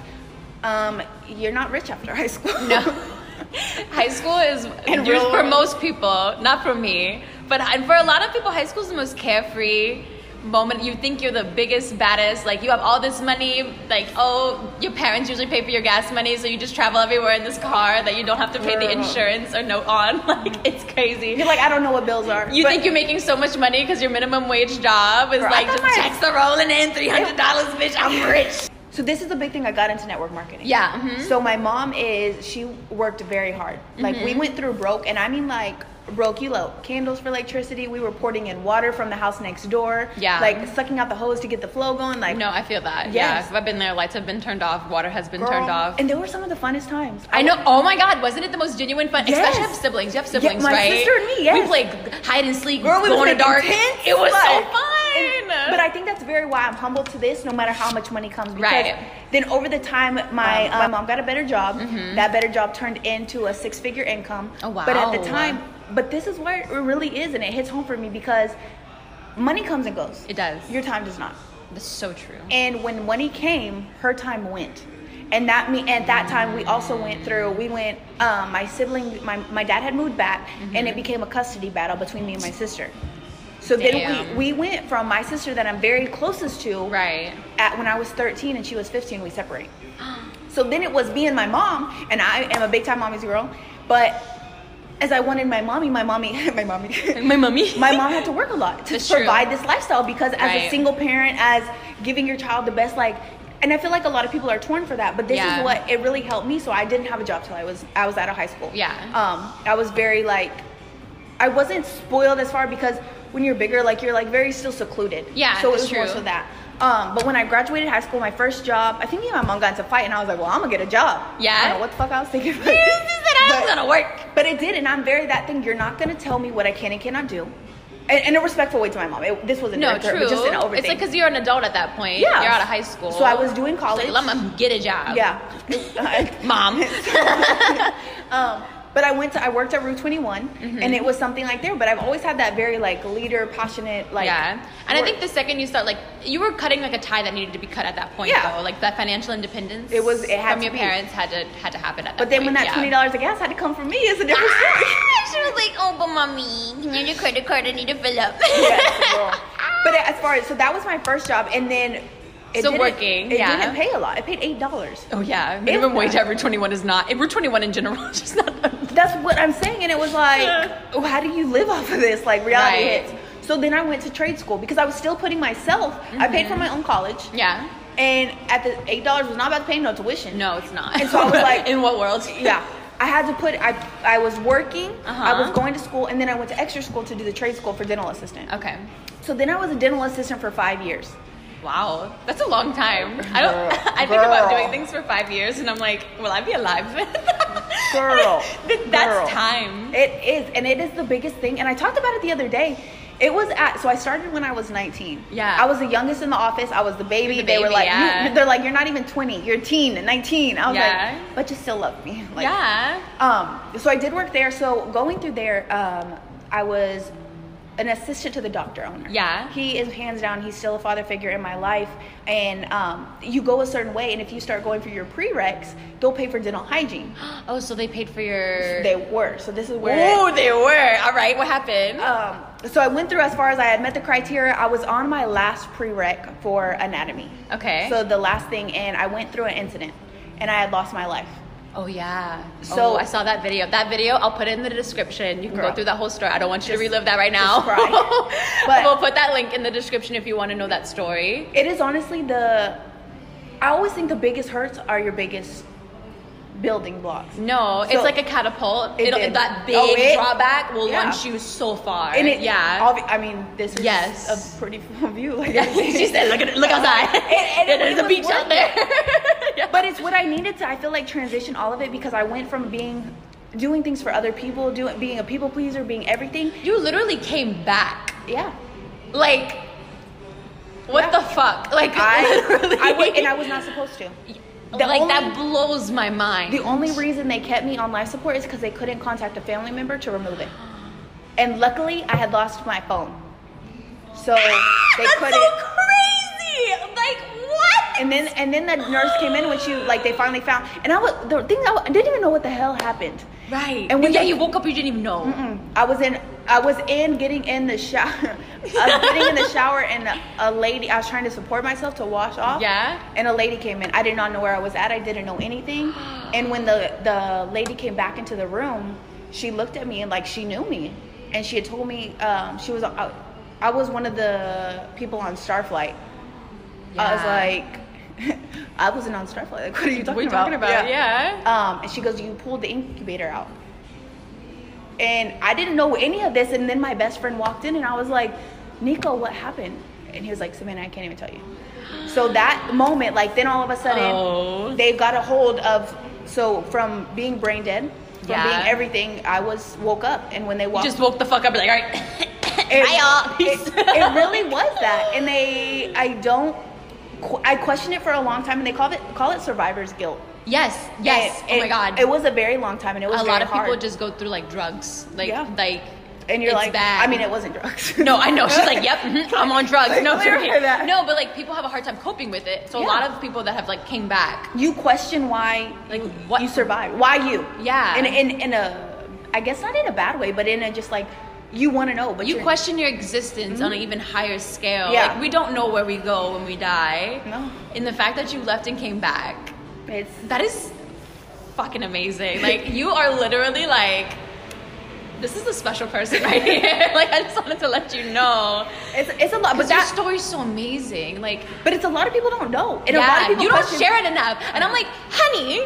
B: Um, you're not rich after high school.
D: No. high school is
B: And
D: used
B: real-
D: for most people, not for me. But I- for a lot of people, high school is the most carefree. moment you think you're the biggest baddest like you have all this money like oh your parents usually pay for your gas money so you just travel everywhere in this car that you don't have to pay the
B: Girl.
D: insurance or note on like it's crazy
B: You're like, I don't know what bills are.
D: you
B: But
D: think you're making so much money because your minimum wage job is
B: Girl, I
D: like
B: thought
D: just
B: my-
D: checks are rolling in three hundred dollars, bitch. I'm rich.
B: so this is the big thing I got into network marketing.
D: Yeah. mhm.
B: So my mom is she worked very hard. Like
D: Mm-hmm.
B: we went through broke, and I mean like broke. You low candles for electricity. We were pouring in water from the house next door.
D: Yeah.
B: Like sucking out the hose to get the flow going. Like
D: No, I feel that.
B: Yes.
D: Yeah, I've been there. Lights have been turned off. Water has been
B: girl.
D: turned off.
B: And they were some of the funnest times.
D: I know. Oh my God! Wasn't it the most genuine fun?
B: Yes.
D: Especially have siblings. You have siblings,
B: my
D: right?
B: sister and me, yes.
D: We played hide and seek,
B: Girl, we
D: go
B: was
D: in the
B: like
D: dark.
B: intense,
D: It was so
B: but-
D: fun.
B: But I think that's very why I'm humble to this, no matter how much money comes. Because
D: Right.
B: Then over the time, my uh, my mom got a better job. That better job turned into a six figure income.
D: Mm-hmm. Oh,
B: But at the
D: wow.
B: time, but this is where it really is, and it hits home for me because money comes and goes.
D: It does.
B: Your time does not.
D: That's so true.
B: And when money came, her time went. And that me at that time we also went through we went um, my sibling my, my dad had moved back and
D: Mm-hmm.
B: it became a custody battle between me and my sister. So then
D: Damn.
B: we, we went from my sister that I'm very closest to
D: Right.
B: at when I was 13 and she was 15 we separate. So then it was me and my mom and I am a big time mommy's girl, but as I wanted my mommy, my mommy, my mommy,
D: My mummy.
B: my mom had to work a lot to
D: That's true.
B: provide this lifestyle because as a
D: Right.
B: single parent as giving your child the best like and i feel like a lot of people are torn for that but this
D: Yeah.
B: is what it really helped me so i didn't have a job till i was i was out of high school
D: Yeah.
B: um i was very like i wasn't spoiled as far because when you're bigger like you're like very still secluded
D: Yeah,
B: so it
D: that's
B: was more
D: true.
B: so that um, but when I graduated high school, my first job, I think me and my mom got into a fight, and I was like, "Well, I'm gonna get a job."
D: Yeah.
B: I don't know what the fuck I was thinking.
D: This is that I was
B: But-
D: gonna work.
B: but it did, and I'm very that thing. You're not gonna tell me what I can and cannot do, and in a respectful way to my mom. It, this wasn't
D: No,
B: direct to her,
D: true.
B: but just an overthink.
D: it's like because you're an adult at that point.
B: Yeah.
D: You're out of high school.
B: So I was doing
D: It's like,
B: college.
D: let me get a job.
B: yeah.
D: Mom.
B: um, but I went to I worked at Route 21,
D: Mm-hmm.
B: and it was something like there. But I've always had that very like leader, passionate like.
D: yeah. And I
B: work.
D: think the second you start, like, you were cutting like a tie that needed to be cut at that point,
B: Yeah.
D: though. Like that financial independence.
B: It was- it had
D: from
B: to
D: your
B: be.
D: parents had to had to happen at that.
B: But then when
D: point,
B: that
D: yeah. Ah,
B: twenty dollars of gas had to come from me, it's a different story.
D: she was like, "Oh, but mommy, can I your credit card? I need to fill up."
B: Yes, girl. but as far as so that was my first job, and then. It
D: So
B: didn't-
D: working,
B: it
D: yeah.
B: didn't pay a lot. It paid eight dollars.
D: oh yeah, minimum
B: If-
D: wage at Route 21 is not. Route 21 in general is just not.
B: That's what I'm saying, and it was like, oh, how do you live off of this? Like reality
D: Right.
B: hits. So then I went to trade school because I was still putting myself. I paid for my own college,
D: Mm-hmm. yeah.
B: and at the eight dollars was not about to pay no tuition.
D: No, it's not.
B: And so I was like-
D: "In what world?"
B: Yeah, I had to put. I I was working. I was
D: Uh-huh.
B: going to school, and then I went to extra school to do the trade school for dental assistant.
D: Okay.
B: So then I was a dental assistant for five years.
D: Wow, that's a long time. I don't.
B: Girl.
D: I think about
B: Girl.
D: doing things for five years, and I'm like, "Will I be alive?"
B: Girl,
D: Th- that's
B: girl.
D: time.
B: It is, and it is the biggest thing. And I talked about it the other day. It was at so I started when I was 19.
D: Yeah.
B: I was the youngest in the office. I was the baby.
D: You're the
B: they were
D: baby,
B: like, you-
D: yeah.
B: they're like, you're not even 20. You're a teen, 19. I was
D: Yeah.
B: like, but you still love me. Like,
D: yeah.
B: Um. So I did work there. So going through there, um, I was an assistant to the doctor owner.
D: Yeah.
B: He is hands down. He's still a father figure in my life. And um, you go a certain way, and if you start going for your prereqs, they'll pay for dental hygiene.
D: Oh, so they paid for your.
B: They were. So this is where.
D: Oh, they were. All right, what happened?
B: um, so I went through as far as I had met the criteria. I was on my last prereq for anatomy.
D: Okay.
B: So the last thing, and I went through an incident, and I had lost my life.
D: Oh yeah.
B: So-
D: So I saw that video. That video I'll put it in the description. You can
B: Girl.
D: go through that whole story. I don't want you to
B: Just-
D: relive that right now.
B: just cry. But-
D: we'll put that link in the description if you want to know that story.
B: It is honestly the. I always think the biggest hurts are your biggest building blocks.
D: No,
B: So-
D: it's like a catapult.
B: It
D: It'll,
B: did.
D: that big
B: Oh, it-
D: drawback will
B: yeah.
D: launch you so far.
B: And it,
D: yeah.
B: obvi- I mean, this is
D: Yes.
B: a pretty full view. Like
D: she said, "Look at it. Look outside.
B: And- and it
D: There's a
B: was
D: beach
B: worth
D: out there." Yeah.
B: But it's what I needed to. I feel like transition all of it because I went from being, doing things for other people, doing being a people pleaser, being everything.
D: you literally came back.
B: Yeah.
D: Like, what
B: Yeah.
D: the fuck? Like,
B: I,
D: literally.
B: I wa- and I was not supposed to. the
D: like
B: only-
D: that blows my mind.
B: The only reason they kept me on life support is because they couldn't contact a family member to remove it. And luckily, I had lost my phone, so they
D: That's
B: couldn't.
D: so crazy. Like what?
B: and then and then the nurse came in when she like they finally found. And I was the thing I, wa- I didn't even know what the hell happened.
D: Right.
B: And
D: And
B: when
D: yeah,
B: they-
D: you woke up, you didn't even know.
B: Mm, I was in I was in getting in the shower, getting in the shower, and a lady. I was trying to support myself to wash off.
D: Yeah.
B: And a lady came in. I did not know where I was at. I didn't know anything. And when the the lady came back into the room, she looked at me and like she knew me, and she had told me um, she was. I, I was one of the people on Starflight. I was
D: Yeah.
B: like, I wasn't on Starflight. Like, what are you talking
D: What are you
B: about?
D: talking about? Yeah.
B: Um, and she goes, you pulled the incubator out. And I didn't know any of this. And then my best friend walked in and I was like, Nico, what happened? And he was like, Savannah, I can't even tell you. So that moment, like, then all of a sudden,
D: Oh.
B: they got a hold of, so from being brain dead, from
D: Yeah.
B: being everything, I was woke up. And when they walked
D: Just woke the fuck up. Like, all right.
B: it,
D: Bye, y'all.
B: It,
D: Peace.
B: it really was that, and they, I don't, qu- I questioned it for a long time, and they call it call it survivor's guilt.
D: Yes. Yes.
B: And
D: oh
B: it-
D: my god.
B: it was a very long time, and it was
D: a lot
B: very
D: of people
B: hard.
D: just go through like drugs. Like
B: Yeah.
D: like.
B: and you're
D: it's
B: like,
D: bad.
B: I mean, it wasn't drugs.
D: No, I know. She's like, yep, mhm, I'm on drugs.
B: Like,
D: no,
B: clear
D: okay.
B: for that.
D: no, but like people have a hard time coping with it. So
B: Yeah.
D: a lot of people that have like came back.
B: you question why
D: Like,
B: you,
D: what-
B: you survived, why you?
D: Yeah.
B: and in in a, I guess not in a bad way, but in a just like you want to know, but
D: You
B: you're-
D: question your existence on an even higher scale.
B: Mm-hmm. Yeah.
D: Like we don't know where we go when we die.
B: No.
D: And the fact that you left and came back,
B: It's
D: that is fucking amazing. Like you are literally like this is a special person right here. like I just wanted to let you know.
B: it's it's a lot, but
D: But that
B: that
D: story's so amazing. Like
B: but it's a lot of people don't know, and a lot
D: yeah,
B: of people
D: you don't
B: question-
D: share it enough. And I'm like, honey,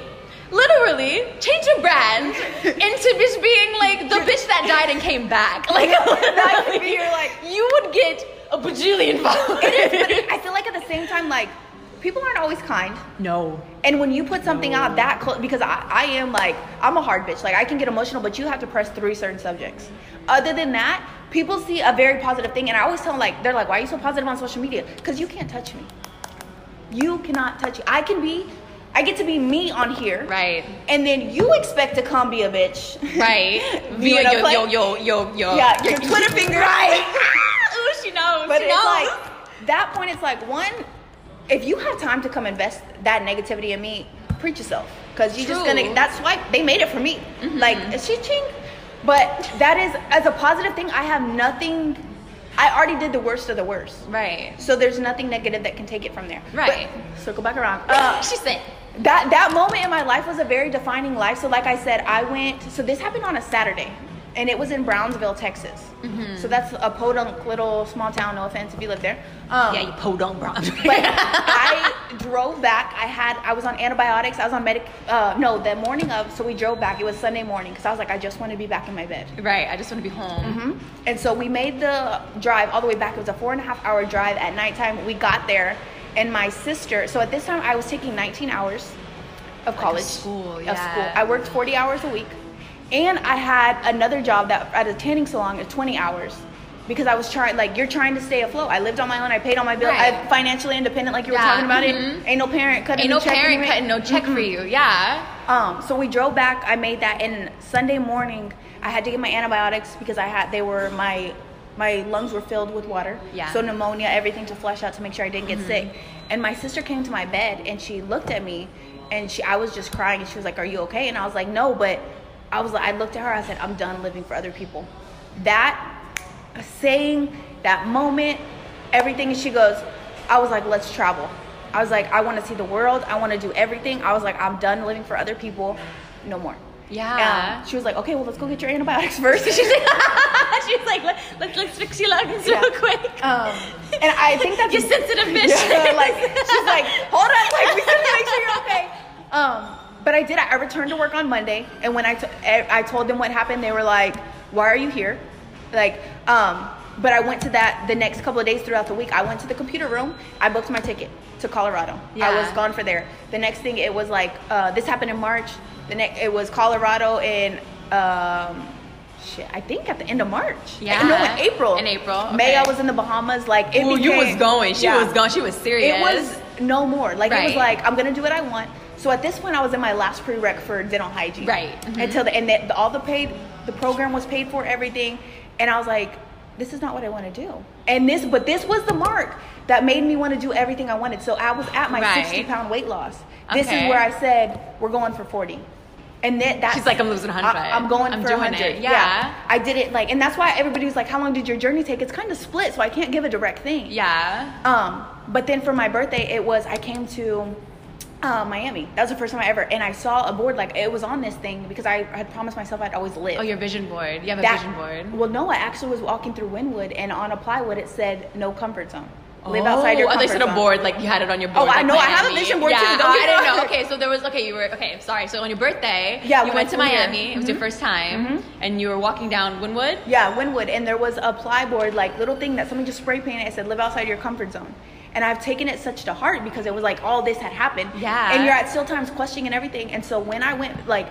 D: literally change your brand into just being like the bitch that died and came back. Like,
B: That could be your, like-
D: you would get a bajillion followers.
B: It is, but it- I feel like at the same time, like people aren't always kind.
D: no.
B: And when you put something out that close, because I, I am like, I'm a hard bitch. Like, I can get emotional, but you have to press through certain subjects. Other than that, people see a very positive thing. And I always tell them, like, they're like, why are you so positive on social media? Because you can't touch me. You cannot touch me. I can be, I get to be me on here.
D: Right.
B: And then you expect to come be a bitch.
D: Right.
B: You
D: Via
B: know,
D: yo,
B: but-
D: yo, yo, yo, yo.
B: Yeah, your Twitter finger.
D: Ooh, she knows.
B: But
D: she
B: it's
D: knows.
B: like that point. It's like one, if you have time to come invest that negativity in me, preach yourself because you're just
D: True. Mm-hmm.
B: gonna. That swipe they made it for me. Like it's ching, ching. But that is as a positive thing. I have nothing. I already did the worst of the worst.
D: right.
B: So there's nothing negative that can take it from there.
D: Right.
B: But, circle back around. Uh,
D: she said,
B: that that moment in my life was a very defining life. So like I said, I went. So this happened on a Saturday, and it was in Brownsville, Texas. So that's a podunk little small town. No offense if you live there. Um,
D: yeah, you podunk, bro.
B: but I drove back. I had I was on antibiotics. I was on medic. Uh, no, the morning of. So we drove back. It was Sunday morning because I was like, I just want to be back in my bed.
D: right, I just want to be home.
B: Mhm. And so we made the drive all the way back. It was a four and a half hour drive at nighttime. We got there, and my sister. So at this time, I was taking 19 hours of college,
D: school,
B: Of school.
D: yeah.
B: I worked 40 hours a week, and I had another job that at a tanning salon at 20 hours. Because I was trying, like you're trying to stay afloat. I lived on my own. I paid all my bills.
D: Right.
B: I'm financially independent, like you were
D: Yeah,
B: talking about
D: mhm.
B: it. Ain't no parent cutting
D: Ain't no
B: the check
D: parent
B: anyway.
D: cutting no check for you. Yeah.
B: Um, so we drove back. I made that, and Sunday morning I had to get my antibiotics because I had they were my my lungs were filled with water.
D: Yeah.
B: So pneumonia, everything to flush out to make sure I didn't get sick. And my sister came to my bed and she looked at me, and she I was just crying and she was like, "Are you okay?" And I was like, "No," but I was like, I looked at her. I said, "I'm done living for other people." That saying that moment, everything. And she goes, I was like, let's travel. I was like, I want to see the world. I want to do everything. I was like, I'm done living for other people. No more.
D: Yeah.
B: Um, she was like, okay, well, let's go get your antibiotics first.
D: She's like, she's like, let, let, let's fix your lungs
B: Yeah.
D: real quick.
B: um, and I think that's
D: you sensitive bitch.
B: Yeah, like she's like, hold on, like we gotta make sure you're okay. Um, but I did. I returned to work on Monday, and when I to- I I told them what happened, they were like, "Why are you here?" Like, um, but I went to that the next couple of days throughout the week. I went to the computer room. I booked my ticket to Colorado. I
D: Yeah.
B: was gone for there. The next thing, it was like uh, this happened in March. The next, it was Colorado in. Um, Shit, I think at the end of March.
D: Yeah.
B: No, in April.
D: In April,
B: May
D: okay.
B: I was in the Bahamas. Like it
D: Ooh, you was
B: became-
D: going. She
B: Yeah.
D: was going. She was serious.
B: It was no more. Like it was
D: Right.
B: like I'm gonna do what I want. So at this point, I was in my last prereq for dental hygiene.
D: Right. Mhm.
B: Until the and that all the paid, the program was paid for everything, and I was like, this is not what I want to do. And this, but this was the mark that made me want to do everything I wanted. So I was at my
D: Right.
B: 60 pound weight loss. This
D: Okay.
B: is where I said we're going for 40. And that that's
D: She's like, I'm losing 100.
B: I, am going
D: I'm
B: for
D: doing
B: 100.
D: it.
B: Yeah.
D: Yeah.
B: I did it like, and that's why everybody was like, "How long did your journey take?" It's kind of split, so I can't give a direct thing.
D: Yeah.
B: Um, but then for my birthday, it was I came to uh, Miami. That was the first time I ever, and I saw a board like it was on this thing because I had promised myself I'd always live.
D: Oh, your vision board. You have a
B: That-
D: vision board.
B: Well, no, I actually was walking through Wynwood, and on a plywood it said "No comfort zone." Live outside your
D: Oh, I thought
B: comfort
D: you said a
B: zone.
D: board, like you had it on your
B: Oh,
D: board.
B: I
D: like
B: know, I have a
D: Miami.
B: vision board,
D: yeah.
B: too, don't
D: Oh,
B: get
D: I didn't
B: me
D: know.
B: wrong.
D: Okay, so there was okay. You were okay. Sorry. So on your birthday,
B: Yeah,
D: you
B: when
D: went
B: I
D: to
B: flew here.
D: Miami. It was your
B: Mm-hmm.
D: first time, and you were walking down Wynwood.
B: Yeah, Winwood, and there was a plyboard like little thing that somebody just spray painted. It said "Live outside your comfort zone," and I've taken it such to heart because it was like all this had happened.
D: Yeah.
B: and you're at still times questioning and everything. And so when I went like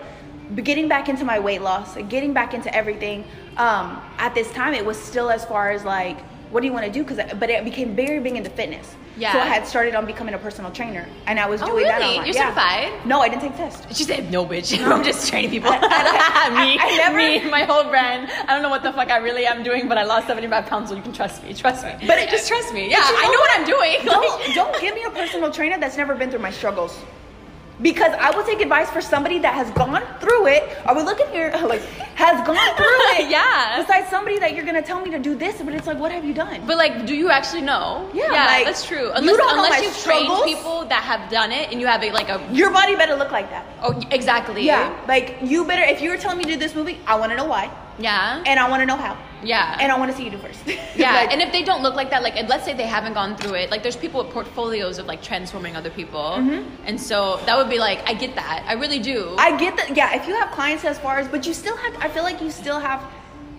B: b- getting back into my weight loss, getting back into everything, um, at this time it was still as far as like what do you want to do? Because but it became very big into fitness.
D: Yeah.
B: So I had started on becoming a personal trainer, and I was
D: Oh,
B: doing that
D: really?
B: online.
D: You're
B: Yeah.
D: certified?
B: No, I didn't take tests.
D: She said, "No, bitch. I'm just training people.
B: I- I-
D: me,
B: I- I never-
D: me, my whole brand. I don't know what the fuck I really am doing, but I lost 75 pounds, so you can trust me. Trust me.
B: But it-
D: just trust me. Yeah,
B: you
D: I
B: know
D: know what I'm doing.
B: don't, Oh, don't give me a personal trainer that's never been through my struggles. Because I will take advice for somebody that has gone through it. Are we looking here? Like, has gone through it.
D: Yeah.
B: Besides somebody that you're gonna tell me to do this, but it's like, what have you done?
D: But like, do you actually know?
B: Yeah, like,
D: that's true.
B: you
D: Unless,
B: don't know
D: unless
B: my
D: you've
B: struggles.
D: trained people that have done it, and you have a, like a
B: Your body better look like that.
D: oh exactly.
B: Yeah. Like, you better, if you were telling me to do this movie, I wanna know why.
D: yeah,
B: And I wanna know how.
D: yeah,
B: And I wanna see you do first.
D: yeah.
B: Like,
D: and if they don't look like that, like and let's say they haven't gone through it, like there's people with portfolios of like transforming other people, and so that would be like I get that, I really do.
B: Mm-hmm. I get that. Yeah, if you have clients as far as, but you still have, I feel like you still have,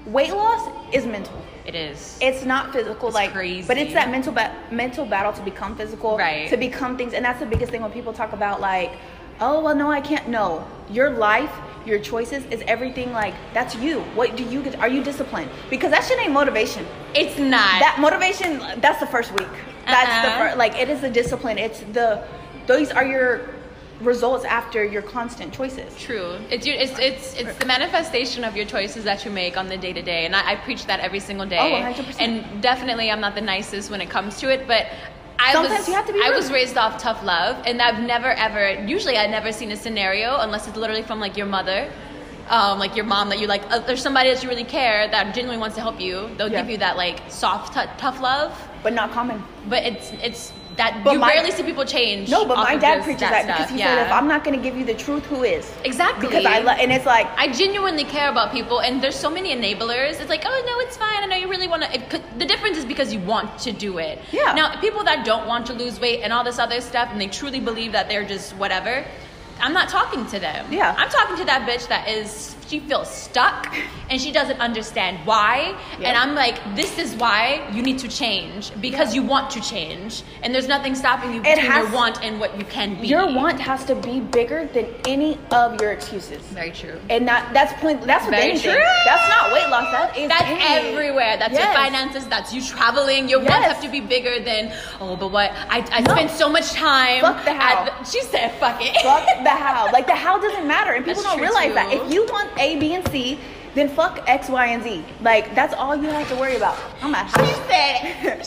B: weight loss is mental.
D: it is.
B: it's not physical like
D: crazy.
B: but it's that mental ba- mental battle to become physical
D: Right.
B: to become things and that's the biggest thing when people talk about like oh well no i can't no your life your choices is everything like that's you what do you get are you disciplined because that shit ain't motivation
D: it's not.
B: that motivation that's the first week that's
D: Uh-uh.
B: the first like it is the discipline it's the these are your results after your constant choices
D: True. It's, your, it's it's it's the manifestation of your choices that you make on the day to day, and I, I preach that every single day.
B: Oh, 100%.
D: And definitely, I'm not the nicest when it comes to it, but. I
B: Sometimes
D: was,
B: you have to be
D: I
B: rude.
D: was raised off tough love, and I've never ever. Usually, I've never seen a scenario unless it's literally from like your mother, um, like your mom that you like. Uh, there's somebody that you really care that genuinely wants to help you. They'll
B: Yeah.
D: give you that like soft tou- tough love,
B: but not common
D: but it's it's that
B: But
D: you
B: my-
D: rarely see people change.
B: no but
D: off
B: my
D: of
B: dad
D: just
B: preaches
D: that
B: that, because
D: stuff.
B: he
D: yeah.
B: said if i'm not going to give you the truth who is
D: exactly
B: because i love and it's like
D: I genuinely care about people, and there's so many enablers. It's like, oh no, it's fine. I know you really want to. It could, the difference is because you want to do it.
B: Yeah.
D: Now, people that don't want to lose weight and all this other stuff, and they truly believe that they're just whatever. I'm not talking to them.
B: Yeah.
D: I'm talking to that bitch that is. She feels stuck, and she doesn't understand why.
B: Yeah.
D: And I'm like, this is why you need to change because you want to change, and there's nothing stopping you between
B: has-
D: your want and what you can be.
B: Your want has to be bigger than any of your excuses.
D: Very true.
B: And not that's point that's with
D: Very
B: anything.
D: true.
B: That's not weight loss. That is
D: That's
B: anything.
D: everywhere. That's your
B: Yes.
D: finances. That's you traveling. Your wants
B: Yes.
D: have to be bigger than oh, but what I, I
B: No.
D: spent so much time.
B: Fuck the
D: at
B: how.
D: the-" she said, "Fuck it."
B: Fuck the how. Like the how doesn't matter, and people
D: That's
B: don't
D: true,
B: realize
D: too.
B: that. If you want A, B, and C, then fuck X, Y, and Z. Like that's all you have to worry about. I'm at
D: she said,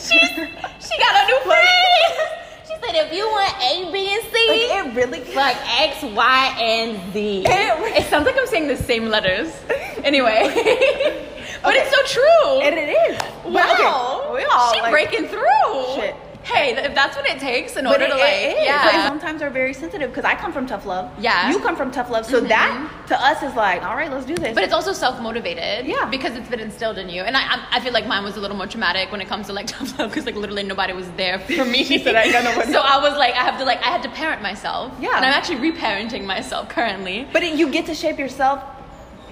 D: "She she got a new phrase." she said, "If you want A, B, and C,
B: Like it really.
D: fuck X, Y, and Z."
B: It-
D: It sounds like I'm saying the same letters. Anyway, but
B: Okay.
D: it's so true.
B: And it is. But
D: Wow,
B: okay, we all
D: she
B: like,
D: breaking through.
B: Shit.
D: Hey, if that's what it takes in
B: But
D: order
B: it,
D: to
B: it
D: like,
B: is.
D: yeah.
B: But sometimes are very sensitive because I come from tough love.
D: Yeah. Mm-hmm.
B: You come from tough love, so that to us is like, all right, let's do this.
D: But it's also self motivated.
B: Yeah.
D: Because it's been instilled in you. And I, I, I feel like mine was a little more traumatic when it comes to like tough love because like literally nobody was there for me.
B: She said, "I got nobody."
D: so I was like, I have to like, I had to parent myself.
B: Yeah.
D: And I'm actually reparenting myself currently.
B: But it, you get to shape yourself.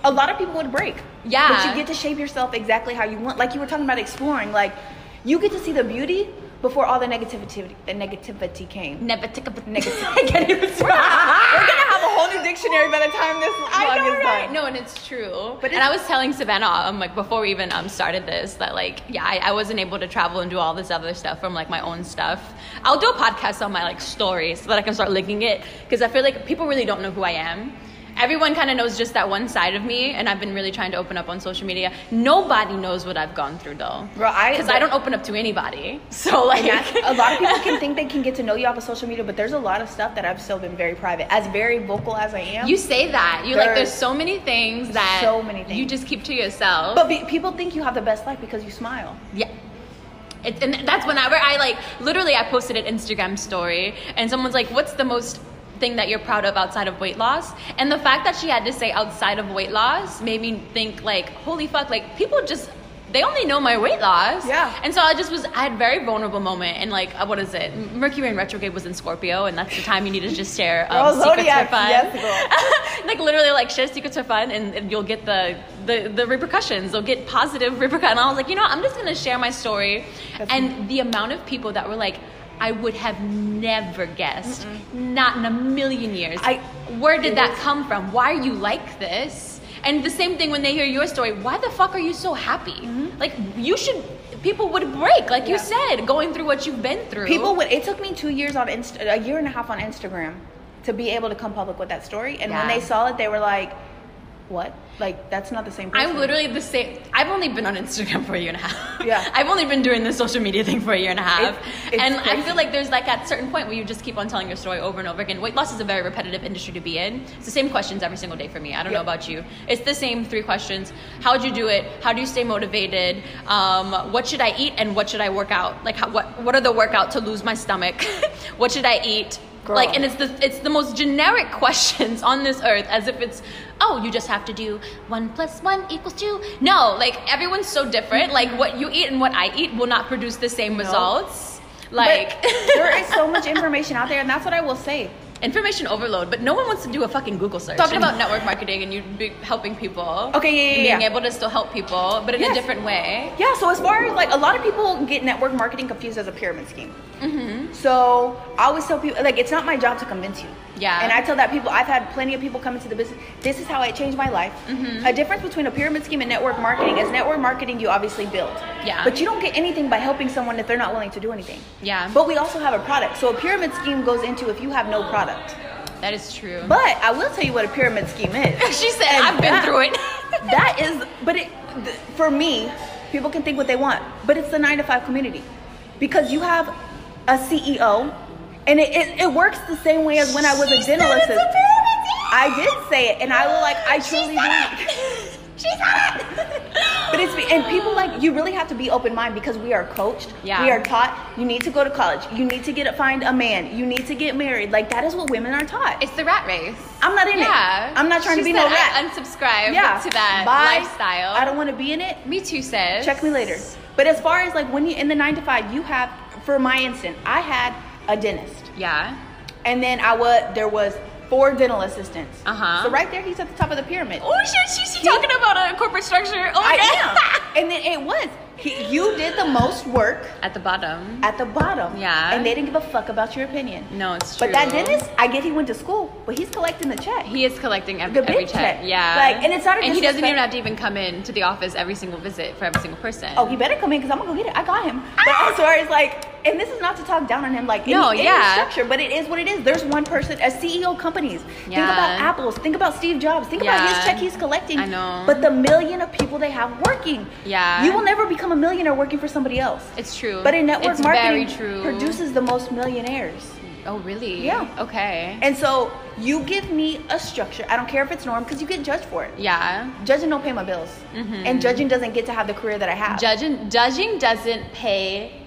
B: A lot of people would break.
D: Yeah.
B: But you get to shape yourself exactly how you want. Like you were talking about exploring. Like you get to see the beauty before all the negativity the negativity came.
D: Never take up a
B: Negative.
D: I can't even
B: We're gonna
D: stop.
B: have a whole new dictionary by the time this
D: I
B: vlog
D: know,
B: is
D: right?
B: done.
D: No, and it's true.
B: But
D: and
B: it's-
D: I was telling Savannah, um, like before we even um started this, that like yeah, I, I wasn't able to travel and do all this other stuff from like my own stuff. I'll do a podcast on my like story so that I can start linking it because I feel like people really don't know who I am. everyone kind of knows just that one side of me, and I've been really trying to open up on social media. Nobody knows what I've gone through though,
B: Bro, I-
D: because I don't open up to anybody. So like,
B: And that's, a lot of people can think they can get to know you off of social media, but there's a lot of stuff that I've still been very private. As very vocal as I am,
D: you say that you're like,
B: There's
D: there's so many things that
B: so many
D: you
B: things.
D: just keep to yourself.
B: but be, people think you have the best life because you smile.
D: Yeah. It, and that's whenever I like literally I posted an Instagram story and someone's like, "What's the most thing that you're proud of outside of weight loss?" And the fact that she had to say outside of weight loss made me think like, "Holy fuck, like people just they only know my weight loss."
B: Yeah.
D: And so I just was I had a very vulnerable moment and like uh, what is it? Mercury in retrograde was in Scorpio and that's the time you need to just share
B: Girl,
D: um, secrets
B: zodiac.
D: for fun.
B: Yes, girl.
D: like literally like share secrets for fun and, and you'll get the, the the repercussions you'll get positive repercussions and i was like you know what? i'm just gonna share my story and the amount of people that were like i would have never guessed not in a million years
B: I-
D: where did that come from why are you like this and the same thing when they hear your story why the fuck are you so happy like you should people would break like you
B: Mm-hmm. Yeah.
D: said going through what you've been through
B: People would. It took me two years on Inst- a year and a half on Instagram to be able to come public with that story, and when
D: Yeah.
B: they saw it, they were like, "What? Like that's not the same person."
D: I'm literally the same. I've only been on Instagram for a year and a half.
B: Yeah.
D: I've only been doing this social media thing for a year and a half.
B: It's- it's
D: and I
B: crazy.
D: feel like there's like at a certain point where you just keep on telling your story over and over again. Weight loss is a very repetitive industry to be in. It's the same questions every single day for me. I don't know
B: Yep.
D: about you. It's the same three questions. How'd you do it? How do you stay motivated? Um, what should I eat and what should I work out? Like how, what what are the workout to lose my stomach? what should I eat?
B: Girl.
D: Like and it's the it's the most generic questions on this earth, as if it's oh you just have to do one plus one equals two. No, like everyone's so different. Like what you eat and what I eat will not produce the same results. Like
B: But there is so much information out there, and that's what I will say.
D: information overload, but no one wants to do a fucking Google search. Talking about network marketing and you be helping people.
B: Okay, yeah, yeah,
D: and
B: yeah.
D: Being able to still help people, but in a
B: Yes.
D: different way.
B: Yeah, so as far as like a lot of people get network marketing confused as a pyramid scheme.
D: Mm-hmm.
B: So I always tell people like it's not my job to convince you.
D: Yeah.
B: And I tell that people I've had plenty of people come into the business. This is how I changed my life.
D: Mm-hmm.
B: A difference between a pyramid scheme and network marketing is network marketing you obviously build.
D: Yeah.
B: But you don't get anything by helping someone if they're not willing to do anything.
D: Yeah.
B: But we also have a product. So a pyramid scheme goes into if you have no product.
D: That is true.
B: But I will tell you what a pyramid scheme is.
D: she said,
B: And
D: I've been
B: that-
D: through it.
B: that is but it th- for me people can think what they want but it's the nine to five community because you have a ceo and it, it, it works the same way as when i was a dental assistant i did say it and i will like i truly believe
D: She's had it.
B: but it's and people like you really have to be open minded because we are coached
D: Yeah.
B: we are taught you need to go to college you need to get find a man you need to get married like that is what women are taught
D: It's the rat race.
B: i'm not in
D: Yeah.
B: it i'm not trying
D: She
B: to be no
D: said,
B: rat
D: I unsubscribe
B: yeah
D: to that
B: Bye.
D: lifestyle.
B: i don't want to be in it
D: Me too, sis.
B: Check me later. But as far as like when you in the nine to five, you have for my instance, I had a dentist,
D: Yeah.
B: and then I was there was four dental assistants.
D: Uh-huh.
B: So right there, he's at the top of the pyramid.
D: Oh shit, she's talking about a corporate structure. Oh
B: I
D: my god.
B: am, and then it was he, you did the most work
D: At the bottom.
B: at the bottom.
D: Yeah.
B: And they didn't give a fuck about your opinion.
D: No, it's true.
B: But that dentist, I get he went to school, but he's collecting the check.
D: He is collecting every,
B: The big
D: every check.
B: check.
D: Yeah.
B: Like, and it's not a
D: And he doesn't
B: disrespect-
D: even have to even come in to the office every single visit for every single person.
B: oh, he better come in because I'm gonna go get it. I got him. But as far as like, and this is not to talk down on him, like
D: Ah! No,
B: any,
D: yeah.
B: any structure, but it is what it is. There's one person, as CEO companies, think
D: Yeah.
B: about Apple's, think about Steve Jobs, think about
D: Yeah.
B: his check he's collecting.
D: I know.
B: But the million of people they have working,
D: Yeah.
B: you will never become a millionaire working for somebody else.
D: It's true.
B: But in network
D: it's
B: marketing,
D: very true.
B: produces the most millionaires.
D: Oh really?
B: Yeah.
D: Okay.
B: And so you give me a structure. I don't care if it's norm because you get judged for it.
D: yeah.
B: Judging don't pay my bills, and judging doesn't get to have the career that I have.
D: Mm-hmm. Judging judging doesn't pay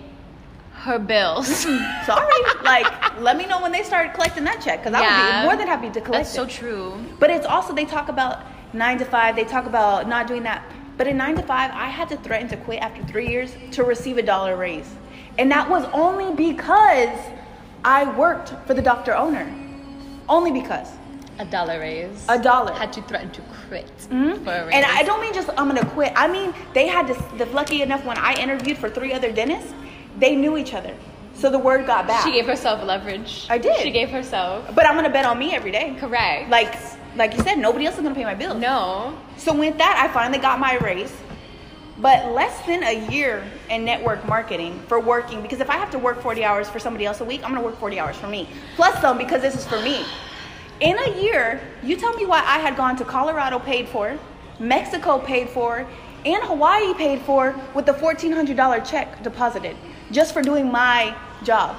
D: her bills.
B: sorry. like, let me know when they start collecting that check because I would
D: Yeah.
B: be more than happy to collect
D: That's so
B: it.
D: true.
B: But it's also they talk about nine to five. They talk about not doing that. But in nine to five, I had to threaten to quit after three years to receive a dollar raise, and that was only because I worked for the doctor owner. Only because,
D: A dollar raise.
B: A dollar. Mm-hmm.
D: Had to threaten to quit for a raise.
B: and I don't mean just I'm gonna quit. I mean they had this. The lucky enough when I interviewed for three other dentists, they knew each other, so the word got back.
D: She gave herself leverage.
B: I did.
D: She gave herself.
B: but I'm gonna bet on me every day.
D: Correct.
B: like like you said, nobody else is gonna pay my bills.
D: no.
B: So with that, I finally got my raise. But less than a year in network marketing for working because if I have to work 40 hours for somebody else a week, I'm gonna work 40 hours for me. Plus some because this is for me. In a year, you tell me why I had gone to Colorado paid for, Mexico paid for, and Hawaii paid for with the $1,400 check deposited just for doing my job.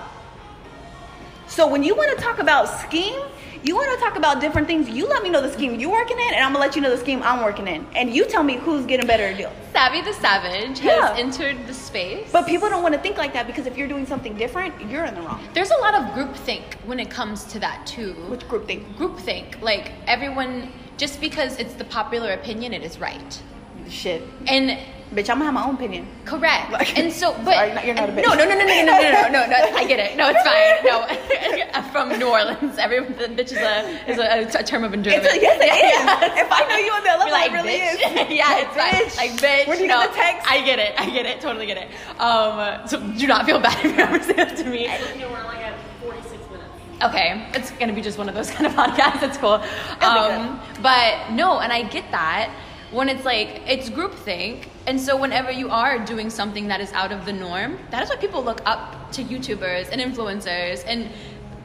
B: So when you want to talk about scheme, you want to talk about different things, you let me know the scheme you're working in, and I'm going to let you know the scheme I'm working in. And you tell me who's getting better deal.
D: Savvy the Savage
B: Yeah.
D: has entered the space.
B: But people don't want to think like that because if you're doing something different, you're in the wrong.
D: There's a lot of groupthink when it comes to that too.
B: Which group think?
D: groupthink, like everyone just because it's the popular opinion, it is right.
B: Shit.
D: And
B: Bitch, I'm gonna have my own opinion.
D: correct.
B: Like-
D: and so, but
B: Sorry, no, you're not a bitch.
D: no, no, no, no, no, no, no, no, no, no. I get it. No, it's fine. No, I'm from New Orleans. Everyone, the bitch is a is a, a term of endearment.
B: It's a, yes, it is. If I know you on that level,
D: Be like,
B: it really is.
D: bitch. yeah, it's
B: bitch.
D: bitch. Like, bitch.
B: Where'd you
D: no,
B: get the text?
D: I get it. I get it. Totally get it. Um, so do not feel bad if you ever say that to me.
A: You know, we're only at 46 minutes.
D: Okay, it's gonna be just one of those kind of podcasts. That's cool.
B: That'd be
D: Um, but no, and I get that when it's like it's groupthink, and so whenever you are doing something that is out of the norm, that is why people look up to YouTubers and influencers and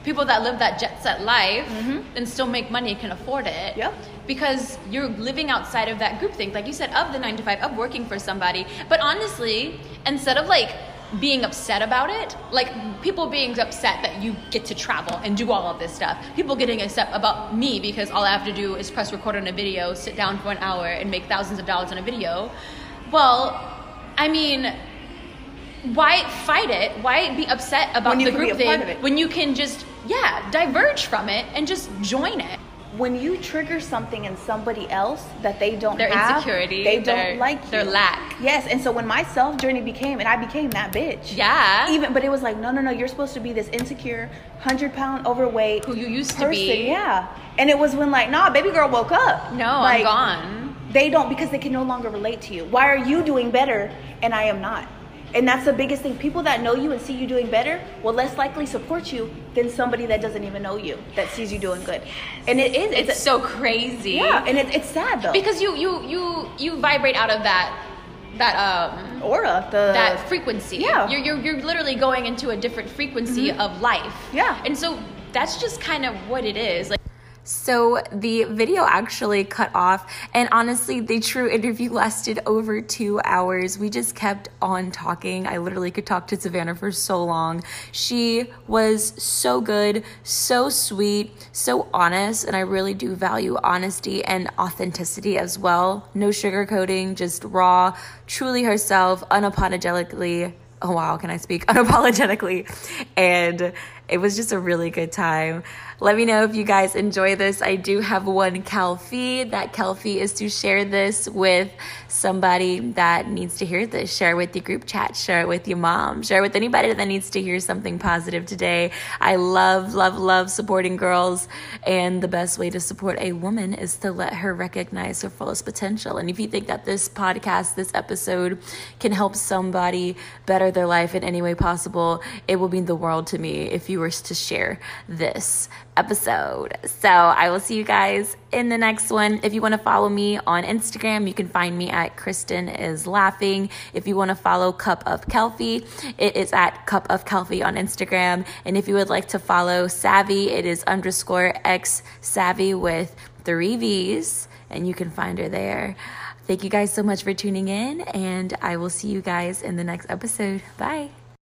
D: people that live that jet set life and still make money and can afford it.
B: Mm-hmm. Yep.
D: Because you're living outside of that groupthink, like you said, of the nine to five, of working for somebody. But honestly, instead of like being upset about it, like people being upset that you get to travel and do all of this stuff, people getting upset about me because all I have to do is press record on a video, sit down for an hour, and make thousands of dollars on a video. Well, I mean, why fight it? Why be upset about
B: When you
D: the
B: can be
D: group
B: a part
D: thing
B: of it.
D: when you can just, yeah, diverge from it and just join it?
B: When you trigger something in somebody else that they don't
D: Their
B: have,
D: insecurity,
B: they don't
D: their-
B: like you.
D: their lack.
B: Yes, and so when my self journey became, and I became that bitch.
D: Yeah.
B: Even, but it was like, no, no, no. You're supposed to be this insecure, hundred pound overweight,
D: Who you used to
B: person.
D: be.
B: Yeah. And it was when like, nah, baby girl woke up.
D: No,
B: like,
D: I'm gone.
B: They don't because they can no longer relate to you. Why are you doing better and I am not? And that's the biggest thing. People that know you and see you doing better will less likely support you than somebody that doesn't even know you that sees you doing good. And it is.
D: It's,
B: It's,
D: so crazy.
B: yeah. And it, it's sad though.
D: because you you you you vibrate out of that that um
B: aura the
D: that frequency.
B: Uh, yeah. Mm-hmm.
D: You're you're, you're literally going into a different frequency of life.
B: Yeah.
D: And so that's just kind of what it is. Like
C: So the video actually cut off, and honestly, the true interview lasted over two hours. We just kept on talking. I literally could talk to Savannah for so long. She was so good, so sweet, so honest, and I really do value honesty and authenticity as well. No sugarcoating, just raw, truly herself, unapologetically oh wow, can I speak unapologetically? And it was just a really good time. Let me know if you guys enjoy this. I do have one Calfee. That Calfee is to share this with somebody that needs to hear this. Share it with your group chat, share it with your mom, share it with anybody that needs to hear something positive today. I love, love, love supporting girls. And the best way to support a woman is to let her recognize her fullest potential. And if you think that this podcast, this episode can help somebody better their life in any way possible, it will mean the world to me if you were to share this episode. So I will see you guys in the next one. If you want to follow me on Instagram, you can find me at Kristen is laughing. If you want to follow Cup of Kelfie, it is at Cup of Kelfie on Instagram. And if you would like to follow Savvy, it is underscore X Savvy with three V's, and you can find her there. Thank you guys so much for tuning in, and I will see you guys in the next episode. Bye.